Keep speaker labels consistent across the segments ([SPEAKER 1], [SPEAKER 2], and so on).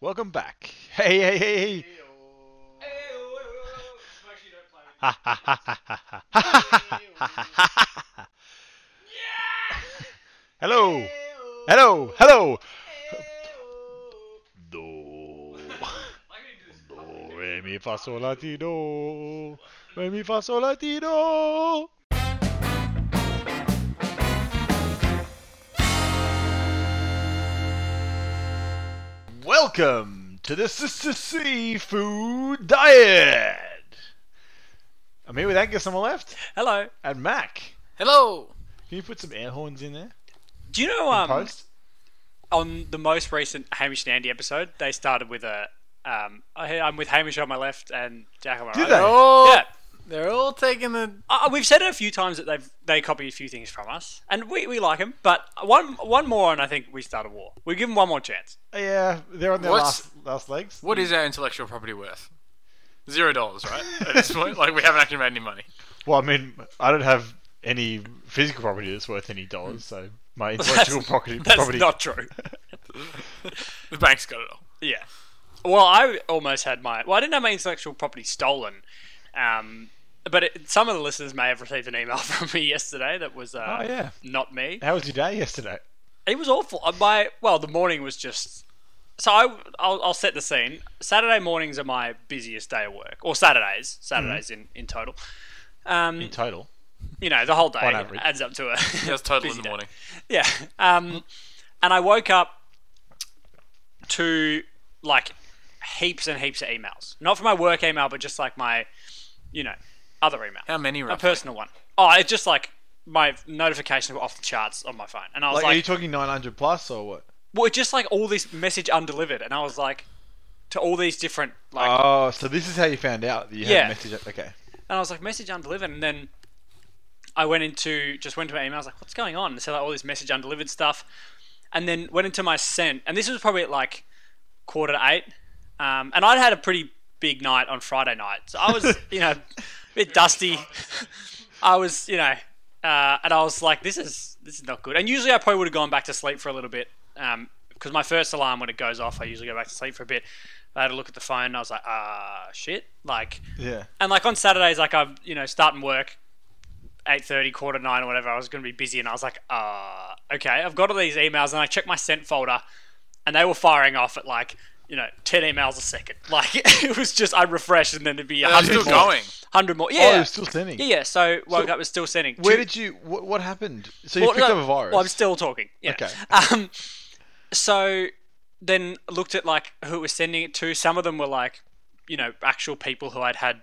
[SPEAKER 1] Welcome back. Hey, hey, hey, hey. Ha ha ha ha ha ha ha ha ha ha ha. Hello. Hello. Hello. Do. Do. Re mi fa sol la ti do. Re mi fa sol la ti do. Welcome to the s- s- seafood diet. Uh, I'm here with Angus on my left
[SPEAKER 2] Hello.
[SPEAKER 1] and Mac.
[SPEAKER 2] Hello.
[SPEAKER 1] Can you put some air horns in there?
[SPEAKER 2] Do you know um,
[SPEAKER 1] Post.
[SPEAKER 2] on the most recent Hamish and Andy episode, they started with a um, I, I'm with Hamish on my left and Jack on my
[SPEAKER 1] Did
[SPEAKER 2] right.
[SPEAKER 1] they?
[SPEAKER 3] Oh,
[SPEAKER 2] Yeah.
[SPEAKER 3] they're all taking the.
[SPEAKER 2] Uh, we've said it a few times that they've they copy a few things from us, and we, we like them. But one one more, and I think we start a war. We give them one more chance.
[SPEAKER 1] Oh, Yeah, they're on their
[SPEAKER 3] What's-
[SPEAKER 1] last, last legs.
[SPEAKER 3] What is our intellectual property worth? Zero dollars, right? At this point, like we haven't actually made any money.
[SPEAKER 1] Well, I mean, I don't have any physical property that's worth any dollars, so my intellectual property.
[SPEAKER 2] That's
[SPEAKER 1] property
[SPEAKER 2] not true.
[SPEAKER 3] The bank's got it all.
[SPEAKER 2] yeah. Well, I almost had my well, I didn't have my intellectual property stolen. Um, but it, some of the listeners may have received an email from me yesterday that was uh,
[SPEAKER 1] Oh, yeah.
[SPEAKER 2] not me.
[SPEAKER 1] How was your day yesterday?
[SPEAKER 2] It was awful. Uh, My well, the morning was just. So I, I'll, I'll set the scene. Saturday mornings are my busiest day of work, or Saturdays, Saturdays
[SPEAKER 1] Mm-hmm.
[SPEAKER 2] in, in total. Um,
[SPEAKER 1] In total.
[SPEAKER 2] you know, the whole day
[SPEAKER 1] Mm. On average.
[SPEAKER 2] adds up to a.
[SPEAKER 3] Yeah, it's total
[SPEAKER 2] busy
[SPEAKER 3] in the
[SPEAKER 2] day.
[SPEAKER 3] morning.
[SPEAKER 2] Yeah. Um, and I woke up to like heaps and heaps of emails. Not from my work email, but just like my, you know, other email.
[SPEAKER 3] How many?
[SPEAKER 2] a
[SPEAKER 3] Roughly?
[SPEAKER 2] personal one. Oh, it's just like my notifications were off the charts on my phone, and I was
[SPEAKER 1] Like,
[SPEAKER 2] like,
[SPEAKER 1] are you talking 900 plus or what?
[SPEAKER 2] well, just like all this message undelivered, and I was like, to all these different like,
[SPEAKER 1] Oh, so this is how you found out that you had
[SPEAKER 2] Yeah.
[SPEAKER 1] a message. up- Okay.
[SPEAKER 2] and I was like, message undelivered, and then I went into just went to my email. I was like, what's going on? And so like all this message undelivered stuff, and then went into my sent, and this was probably at like quarter to eight, um, and I'd had a pretty big night on Friday night, so I was you know a bit dusty. I was you know, uh, and I was like, this is this is not good. And usually I probably would have gone back to sleep for a little bit. Um, because my first alarm when it goes off, I usually go back to sleep for a bit. I had a look at the phone and I was like, ah, shit. Like,
[SPEAKER 1] Yeah.
[SPEAKER 2] and like on Saturdays, like I'm you know starting work, eight thirty, quarter to nine or whatever. I was going to be busy, and I was like, uh, okay, I've got all these emails, and I checked my sent folder, and they were firing off at like you know ten emails a second. Like it was just I'd refresh, and then it'd be a
[SPEAKER 3] They're
[SPEAKER 2] hundred
[SPEAKER 3] still
[SPEAKER 2] more,
[SPEAKER 3] going.
[SPEAKER 2] hundred more.
[SPEAKER 1] Uh, Oh,
[SPEAKER 2] Yeah,
[SPEAKER 1] you're still sending.
[SPEAKER 2] yeah, yeah. So woke
[SPEAKER 1] So-
[SPEAKER 2] up, was still sending.
[SPEAKER 1] Where
[SPEAKER 2] Two-
[SPEAKER 1] did you? What, what happened? So you
[SPEAKER 2] well,
[SPEAKER 1] picked
[SPEAKER 2] no,
[SPEAKER 1] up a virus.
[SPEAKER 2] Well, I'm still talking. Yeah.
[SPEAKER 1] Okay.
[SPEAKER 2] Um, so then looked at like who it was sending it to. Some of them were like, you know, actual people who I'd had,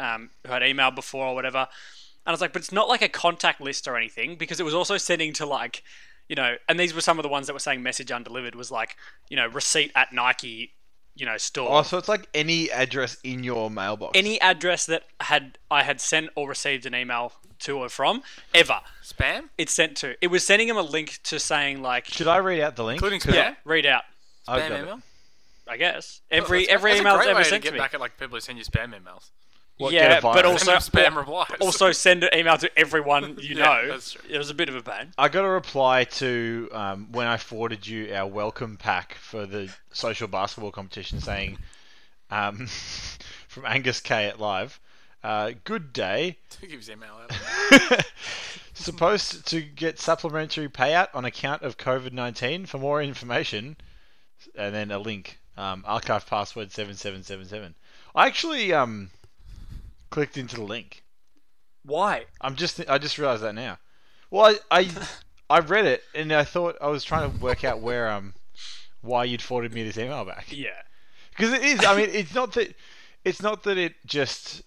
[SPEAKER 2] um, who I'd emailed before or whatever. And I was like, but it's not like a contact list or anything because it was also sending to like, you know, and these were some of the ones that were saying message undelivered was like, you know, receipt at Nike, you know, store.
[SPEAKER 1] Oh, so it's like any address in your mailbox.
[SPEAKER 2] Any address that had I had sent or received an email to or from ever,
[SPEAKER 3] Spam,
[SPEAKER 2] it's sent to. It was sending him a link to saying like
[SPEAKER 1] Should I read out the link?
[SPEAKER 3] including
[SPEAKER 1] 'Cause
[SPEAKER 3] spam.
[SPEAKER 2] Yeah, read out.
[SPEAKER 1] I've
[SPEAKER 3] Spam
[SPEAKER 1] got it.
[SPEAKER 3] email.
[SPEAKER 2] I guess
[SPEAKER 3] Well,
[SPEAKER 2] every
[SPEAKER 3] that's-
[SPEAKER 2] every
[SPEAKER 3] that's a
[SPEAKER 2] email
[SPEAKER 3] great
[SPEAKER 2] ever
[SPEAKER 3] way
[SPEAKER 2] sent
[SPEAKER 3] to
[SPEAKER 2] to,
[SPEAKER 3] get
[SPEAKER 2] me.
[SPEAKER 3] back at like people who send you spam emails.
[SPEAKER 1] What, get a
[SPEAKER 2] yeah, but
[SPEAKER 1] virus?
[SPEAKER 3] Send
[SPEAKER 2] also
[SPEAKER 3] them spam
[SPEAKER 2] al-
[SPEAKER 3] replies.
[SPEAKER 2] also send an email to everyone you
[SPEAKER 3] Yeah,
[SPEAKER 2] know.
[SPEAKER 3] that's true.
[SPEAKER 2] It was a bit of a pain.
[SPEAKER 1] I got a reply to um, when I forwarded you our welcome pack for the social basketball competition saying, um, from Angus K at Live, uh, good day.
[SPEAKER 3] who gives email out?
[SPEAKER 1] Supposed to get supplementary payout on account of COVID 19. For more information, and then a link, um, archive password 7777. I actually um, clicked into the link.
[SPEAKER 2] Why?
[SPEAKER 1] I'm just I just realized that now. Well, I, I I read it and I thought I was trying to work out where um why you'd forwarded me this email back
[SPEAKER 2] Yeah.
[SPEAKER 1] because it is. I mean, it's not that it's not that it just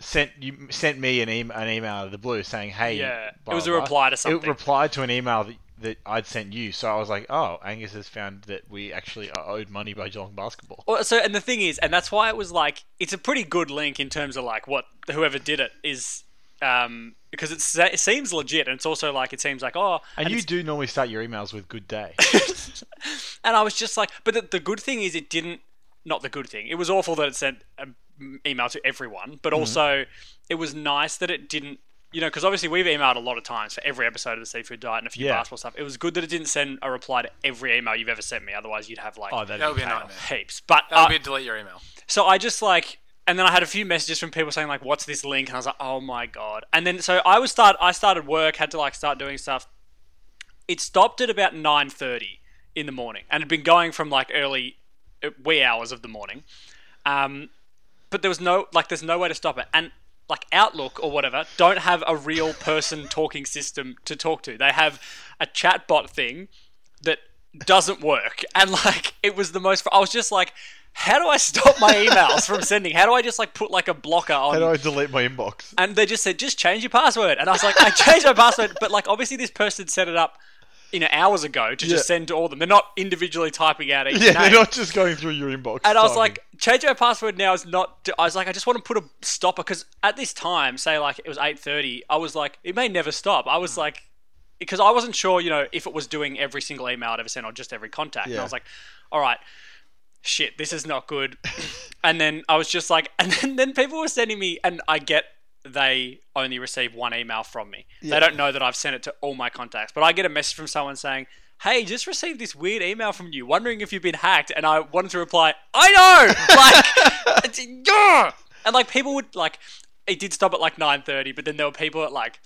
[SPEAKER 1] sent you sent me an, em an email out of the blue saying hey
[SPEAKER 2] Yeah, it
[SPEAKER 1] blah,
[SPEAKER 2] was a
[SPEAKER 1] blah, blah.
[SPEAKER 2] reply to something.
[SPEAKER 1] It replied to an email that, that I'd sent you, so I was like, oh, Angus has found that we actually are owed money by Geelong Basketball.
[SPEAKER 2] Well, so and the thing is, and that's why it was like it's a pretty good link in terms of like what whoever did it is, um, because it's, it seems legit, and it's also like it seems like oh,
[SPEAKER 1] And, you
[SPEAKER 2] it's-
[SPEAKER 1] do normally start your emails with good day.
[SPEAKER 2] and I was just like, but the, the good thing is it didn't. Not the good thing. It was awful that it sent an email to everyone, but also it was nice that it didn't you know, because obviously we've emailed a lot of times for every episode of the Seafood Diet and a few
[SPEAKER 1] Yeah.
[SPEAKER 2] basketball stuff. It was good that it didn't send a reply to every email you've ever sent me. Otherwise, you'd have like uh,
[SPEAKER 1] Oh, that'd,
[SPEAKER 3] That would
[SPEAKER 1] be
[SPEAKER 3] be a nightmare.
[SPEAKER 2] heaps. But
[SPEAKER 3] That would
[SPEAKER 2] uh,
[SPEAKER 3] be a delete your email.
[SPEAKER 2] so I just like, and then I had a few messages from people saying like, "What's this link?" And I was like, "Oh my god!" And then so I was start. I started work, had to like start doing stuff. It stopped at about nine thirty in the morning, and had been going from like early, uh, wee hours of the morning. Um, but there was no like, there's no way to stop it, and like Outlook or whatever don't have a real person talking system to talk to. They have a chatbot thing that doesn't work. And like it was the most I was just like how do I stop my emails from sending? How do I just like put like a blocker on?
[SPEAKER 1] How do I delete my inbox?
[SPEAKER 2] and they just said just change your password. And I was like I changed my password, but like obviously this person set it up you know hours ago to
[SPEAKER 1] Yeah.
[SPEAKER 2] just send to all of them. They're not individually typing out each
[SPEAKER 1] Yeah,
[SPEAKER 2] name.
[SPEAKER 1] they're not just going through your inbox.
[SPEAKER 2] And I was
[SPEAKER 1] typing.
[SPEAKER 2] like, change my password now is not. I was like, I just want to put a stopper because at this time, say like it was eight thirty, I was like, it may never stop. I
[SPEAKER 1] Mm.
[SPEAKER 2] was like, because I wasn't sure, you know, if it was doing every single email I'd ever sent or just every contact. And
[SPEAKER 1] Yeah.
[SPEAKER 2] I was like, all right, shit, this is not good. and then I was just like, and then, then people were sending me, and I get they only receive one email from me. They don't know that I've sent it to all my contacts, but I get a message from someone saying, Hey, just received this weird email from you, wondering if you've been hacked. And I wanted to reply, I know! Like, it's- yeah! And like, people would, like, it did stop at like 9.30, but then there were people at like,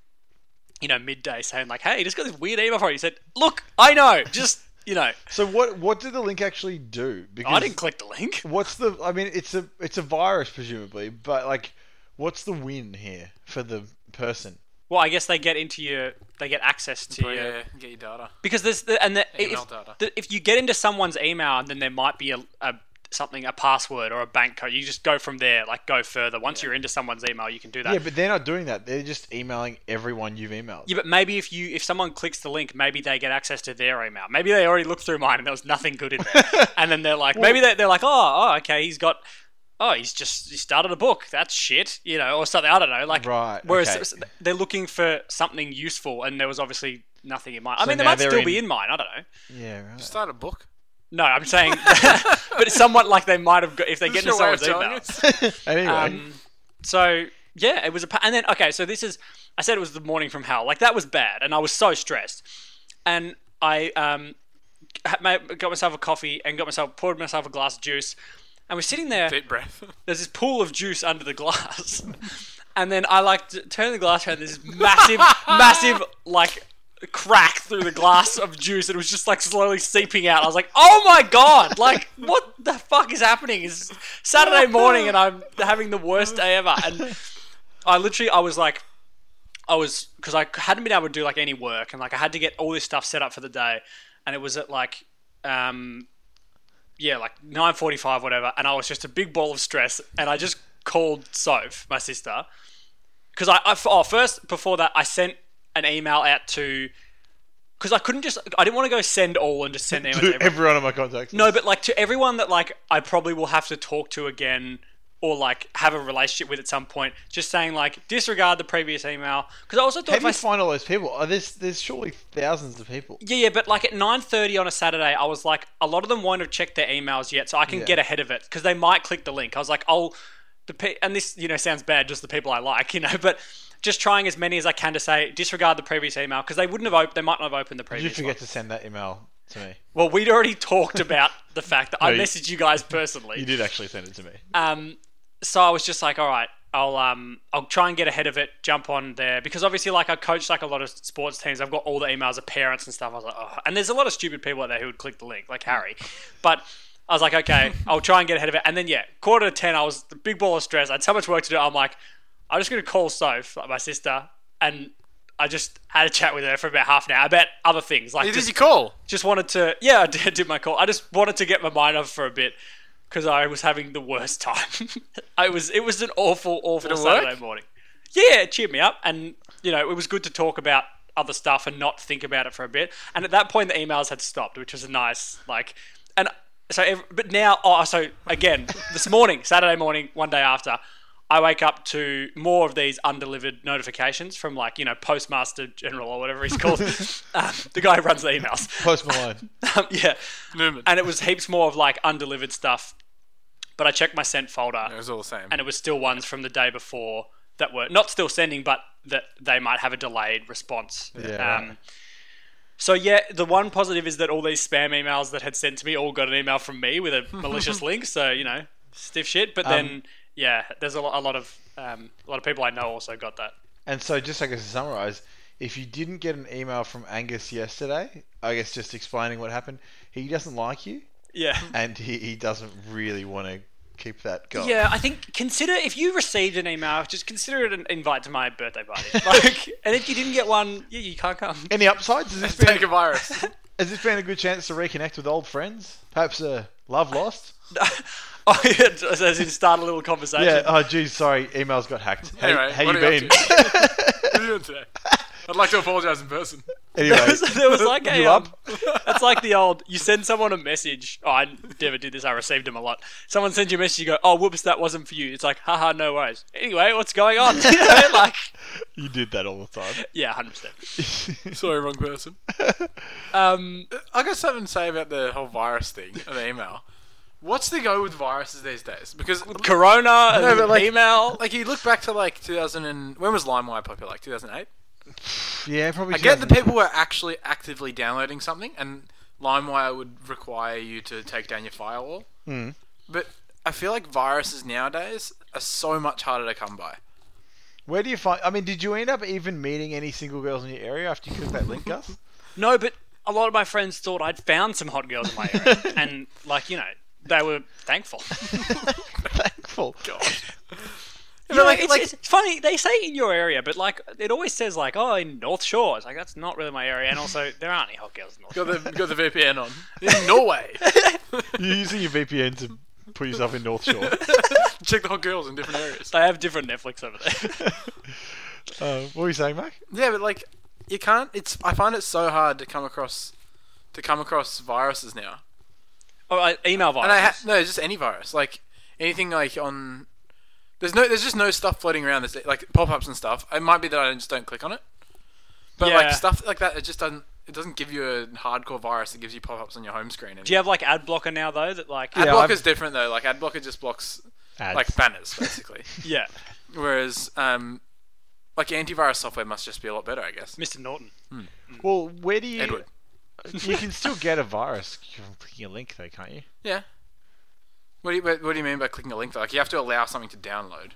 [SPEAKER 2] you know, midday saying, like, Hey, just got this weird email from you. He said, Look, I know, just, you know,
[SPEAKER 1] so what? What did the link actually do? Because
[SPEAKER 2] I didn't click the link.
[SPEAKER 1] What's the? I mean, it's a it's a virus presumably, but like, what's the win here for the person?
[SPEAKER 2] Well, I guess they get into your, they get access to
[SPEAKER 3] But
[SPEAKER 2] your.
[SPEAKER 3] yeah, uh, get your data.
[SPEAKER 2] because there's the, and the,
[SPEAKER 3] Email
[SPEAKER 2] if,
[SPEAKER 3] data.
[SPEAKER 2] the- if you get into someone's email then there might be a, a something a password or a bank code you just go from there like go further once you're into someone's email you can do that
[SPEAKER 1] Yeah, but they're not doing that. They're just emailing everyone you've emailed.
[SPEAKER 2] Yeah, but maybe if you if someone clicks the link maybe they get access to their email maybe they already looked through mine and there was nothing good in there and then they're like maybe they, they're like oh, oh okay he's got oh he's just he started a book that's shit you know or something i don't know like
[SPEAKER 1] Right,
[SPEAKER 2] whereas
[SPEAKER 1] okay.
[SPEAKER 2] s- they're looking for something useful and there was obviously nothing in mine i
[SPEAKER 1] So
[SPEAKER 2] mean there
[SPEAKER 1] now
[SPEAKER 2] might
[SPEAKER 1] they're
[SPEAKER 2] still
[SPEAKER 1] in-
[SPEAKER 2] be in mine i don't know
[SPEAKER 1] Yeah, right.
[SPEAKER 3] Start a book.
[SPEAKER 2] No, I'm saying, but somewhat like they might have got if they get
[SPEAKER 3] This
[SPEAKER 2] into
[SPEAKER 3] is your way of
[SPEAKER 2] someone's
[SPEAKER 3] telling
[SPEAKER 2] email.
[SPEAKER 3] us.
[SPEAKER 1] anyway,
[SPEAKER 2] Um, so yeah, it was a pa- and then okay, so this is I said it was the morning from hell. Like that was bad, and I was so stressed, and I um had my, got myself a coffee and got myself poured myself a glass of juice, and we're sitting there
[SPEAKER 3] Deep breath.
[SPEAKER 2] there's this pool of juice under the glass. and then I like t- turn the glass around. There's this massive, massive like crack through the glass of juice. and It was just like slowly seeping out. I was like, oh my god! Like what the fuck is happening? It's Saturday morning and I'm having the worst day ever. And I literally I was like. I was because I hadn't been able to do like any work and like I had to get all this stuff set up for the day, and it was at like, um, yeah, like nine forty-five, whatever. And I was just a big ball of stress, and I just called Soph, my sister, because I, I oh first before that I sent an email out to because I couldn't just I didn't want to go send all and just send emails. to
[SPEAKER 1] to everyone
[SPEAKER 2] everyone.
[SPEAKER 1] on my contacts.
[SPEAKER 2] No, but like to everyone that like I probably will have to talk to again or like have a relationship with at some point. Just saying like disregard the previous email because I also thought
[SPEAKER 1] How
[SPEAKER 2] if
[SPEAKER 1] do
[SPEAKER 2] I
[SPEAKER 1] you find all those people? Are there's there's surely thousands of people.
[SPEAKER 2] yeah yeah, but like at nine thirty on a Saturday, I was like a lot of them won't have checked their emails yet, so I can
[SPEAKER 1] Yeah.
[SPEAKER 2] get ahead of it because they might click the link. I was like I'll the pe- and this you know sounds bad just the people I like you know, but just trying as many as I can to say disregard the previous email because they wouldn't have opened they might not have opened the
[SPEAKER 1] Did you
[SPEAKER 2] previous.
[SPEAKER 1] forget
[SPEAKER 2] one.
[SPEAKER 1] to send that email to me?
[SPEAKER 2] Well, we'd already talked about the fact that I
[SPEAKER 1] you-
[SPEAKER 2] messaged you guys personally.
[SPEAKER 1] You did actually send it to me.
[SPEAKER 2] Um, so I was just like, all right, I'll um, I'll try and get ahead of it, jump on there because obviously, like I coach like a lot of sports teams, I've got all the emails of parents and stuff. I was like, oh, and there's a lot of stupid people out there who would click the link, like Harry, but. I was like, okay, I'll try and get ahead of it. And then, yeah, quarter to 10, I was the big ball of stress. I had so much work to do. I'm like, I'm just going to call Soph, like my sister, and I just had a chat with her for about half an hour about other things. Like,
[SPEAKER 3] It
[SPEAKER 2] just-
[SPEAKER 3] is your call.
[SPEAKER 2] just wanted to yeah i did, did my call i just wanted to get my mind off for a bit because i was having the worst time i was it was an awful awful
[SPEAKER 3] it
[SPEAKER 2] saturday
[SPEAKER 3] work?
[SPEAKER 2] morning yeah it cheered me up and you know it was good to talk about other stuff and not think about it for a bit and at that point the emails had stopped which was a nice like and so ev- but now oh so again this morning saturday morning one day after I wake up to more of these undelivered notifications from like you know Postmaster General or whatever he's called, um, the guy who runs the emails.
[SPEAKER 1] Post Malone.
[SPEAKER 2] Um, yeah.
[SPEAKER 3] Newman.
[SPEAKER 2] And it was heaps more of like undelivered stuff. But I checked my sent folder
[SPEAKER 3] it was all the same.
[SPEAKER 2] and it was still ones from the day before that were not still sending, but that they might have a delayed response.
[SPEAKER 1] Yeah,
[SPEAKER 2] Um,
[SPEAKER 1] right.
[SPEAKER 2] So yeah, the one positive is that all these spam emails that had sent to me all got an email from me with a malicious link. So you know, stiff shit. But then yeah, there's a lot, a lot of um, a lot of people I know also got that.
[SPEAKER 1] And so, just I guess to summarize, if you didn't get an email from Angus yesterday, I guess just explaining what happened, he doesn't like you,
[SPEAKER 2] Yeah.
[SPEAKER 1] and he, he doesn't really want to keep that going.
[SPEAKER 2] Yeah, I think consider if you received an email, just consider it an invite to my birthday party. Like, and if you didn't get one, yeah, you can't come.
[SPEAKER 1] Any upsides? Has this, been,
[SPEAKER 3] Take a virus.
[SPEAKER 1] has this been a good chance to reconnect with old friends? Perhaps a love lost?
[SPEAKER 2] oh, yeah, as in start a little conversation.
[SPEAKER 1] Yeah. Oh, geez, sorry, emails got hacked. How,
[SPEAKER 3] Anyway,
[SPEAKER 1] how
[SPEAKER 3] what
[SPEAKER 1] you
[SPEAKER 3] are you
[SPEAKER 1] been?
[SPEAKER 3] up What are you doing today? I'd like to apologise in person.
[SPEAKER 1] anyway,
[SPEAKER 2] There was, there was like a.
[SPEAKER 1] oh, You
[SPEAKER 2] um,
[SPEAKER 1] up?
[SPEAKER 2] it's like the old. You send someone a message. Oh, I never did this. I received them a lot. Someone sends you a message. You go, oh, whoops, that wasn't for you. It's like, haha, no worries. Anyway, what's going on? You know, like,
[SPEAKER 1] you did that all the time.
[SPEAKER 2] yeah, hundred percent.
[SPEAKER 3] Sorry, wrong person.
[SPEAKER 2] Um,
[SPEAKER 3] I got something to say about the whole virus thing of email. What's the go with viruses these days? Because
[SPEAKER 2] Corona,
[SPEAKER 3] No, but, like-
[SPEAKER 2] email.
[SPEAKER 3] like you look back to like 2000 and when was LimeWire popular? Like 2008.
[SPEAKER 1] yeah, probably.
[SPEAKER 3] I get that people were actually actively downloading something, and LimeWire would require you to take down your firewall. But I feel like viruses nowadays are so much harder to come by.
[SPEAKER 1] Where do you find? I mean, did you end up even meeting any single girls in your area after you clicked that link, Gus?
[SPEAKER 2] No, but a lot of my friends thought I'd found some hot girls in my area, and like you know, they were thankful.
[SPEAKER 1] Thankful.
[SPEAKER 2] You know,
[SPEAKER 3] like-
[SPEAKER 2] it's,
[SPEAKER 3] like-
[SPEAKER 2] it's funny they say in your area, but like it always says like oh in North Shore. It's like that's not really my area, and also there aren't any hot girls in North Shore.
[SPEAKER 3] Got the got the VPN on in Norway.
[SPEAKER 1] You're using your VPN to put yourself in North Shore.
[SPEAKER 3] Check the hot girls in different areas.
[SPEAKER 2] They have different Netflix over there.
[SPEAKER 1] Uh, what were you saying, Mac?
[SPEAKER 3] Yeah, but like you can't. It's I find it so hard to come across to come across viruses now.
[SPEAKER 2] oh, I, email
[SPEAKER 3] And I ha-
[SPEAKER 2] viruses.
[SPEAKER 3] no, just any virus, like anything like on. There's no, there's just no stuff floating around. There's like pop-ups and stuff. It might be that I just don't click on it, but
[SPEAKER 2] Yeah.
[SPEAKER 3] like stuff like that, it just doesn't. It doesn't give you a hardcore virus. It gives you pop-ups on your home screen. And
[SPEAKER 2] Do you have like ad blocker now though? That like
[SPEAKER 1] Yeah,
[SPEAKER 3] Adblock
[SPEAKER 1] I've-
[SPEAKER 3] is different though. Like Adblocker just blocks
[SPEAKER 1] Ads.
[SPEAKER 3] like banners basically,
[SPEAKER 2] yeah,
[SPEAKER 3] whereas um, like antivirus software must just be a lot better, I guess.
[SPEAKER 2] Mr. Norton.
[SPEAKER 1] well, where do you?
[SPEAKER 3] Edward.
[SPEAKER 1] You can still get a virus from clicking a link, though, can't you?
[SPEAKER 3] Yeah. What do you what, what do you mean by clicking a link? Though? Like you have to allow something to download.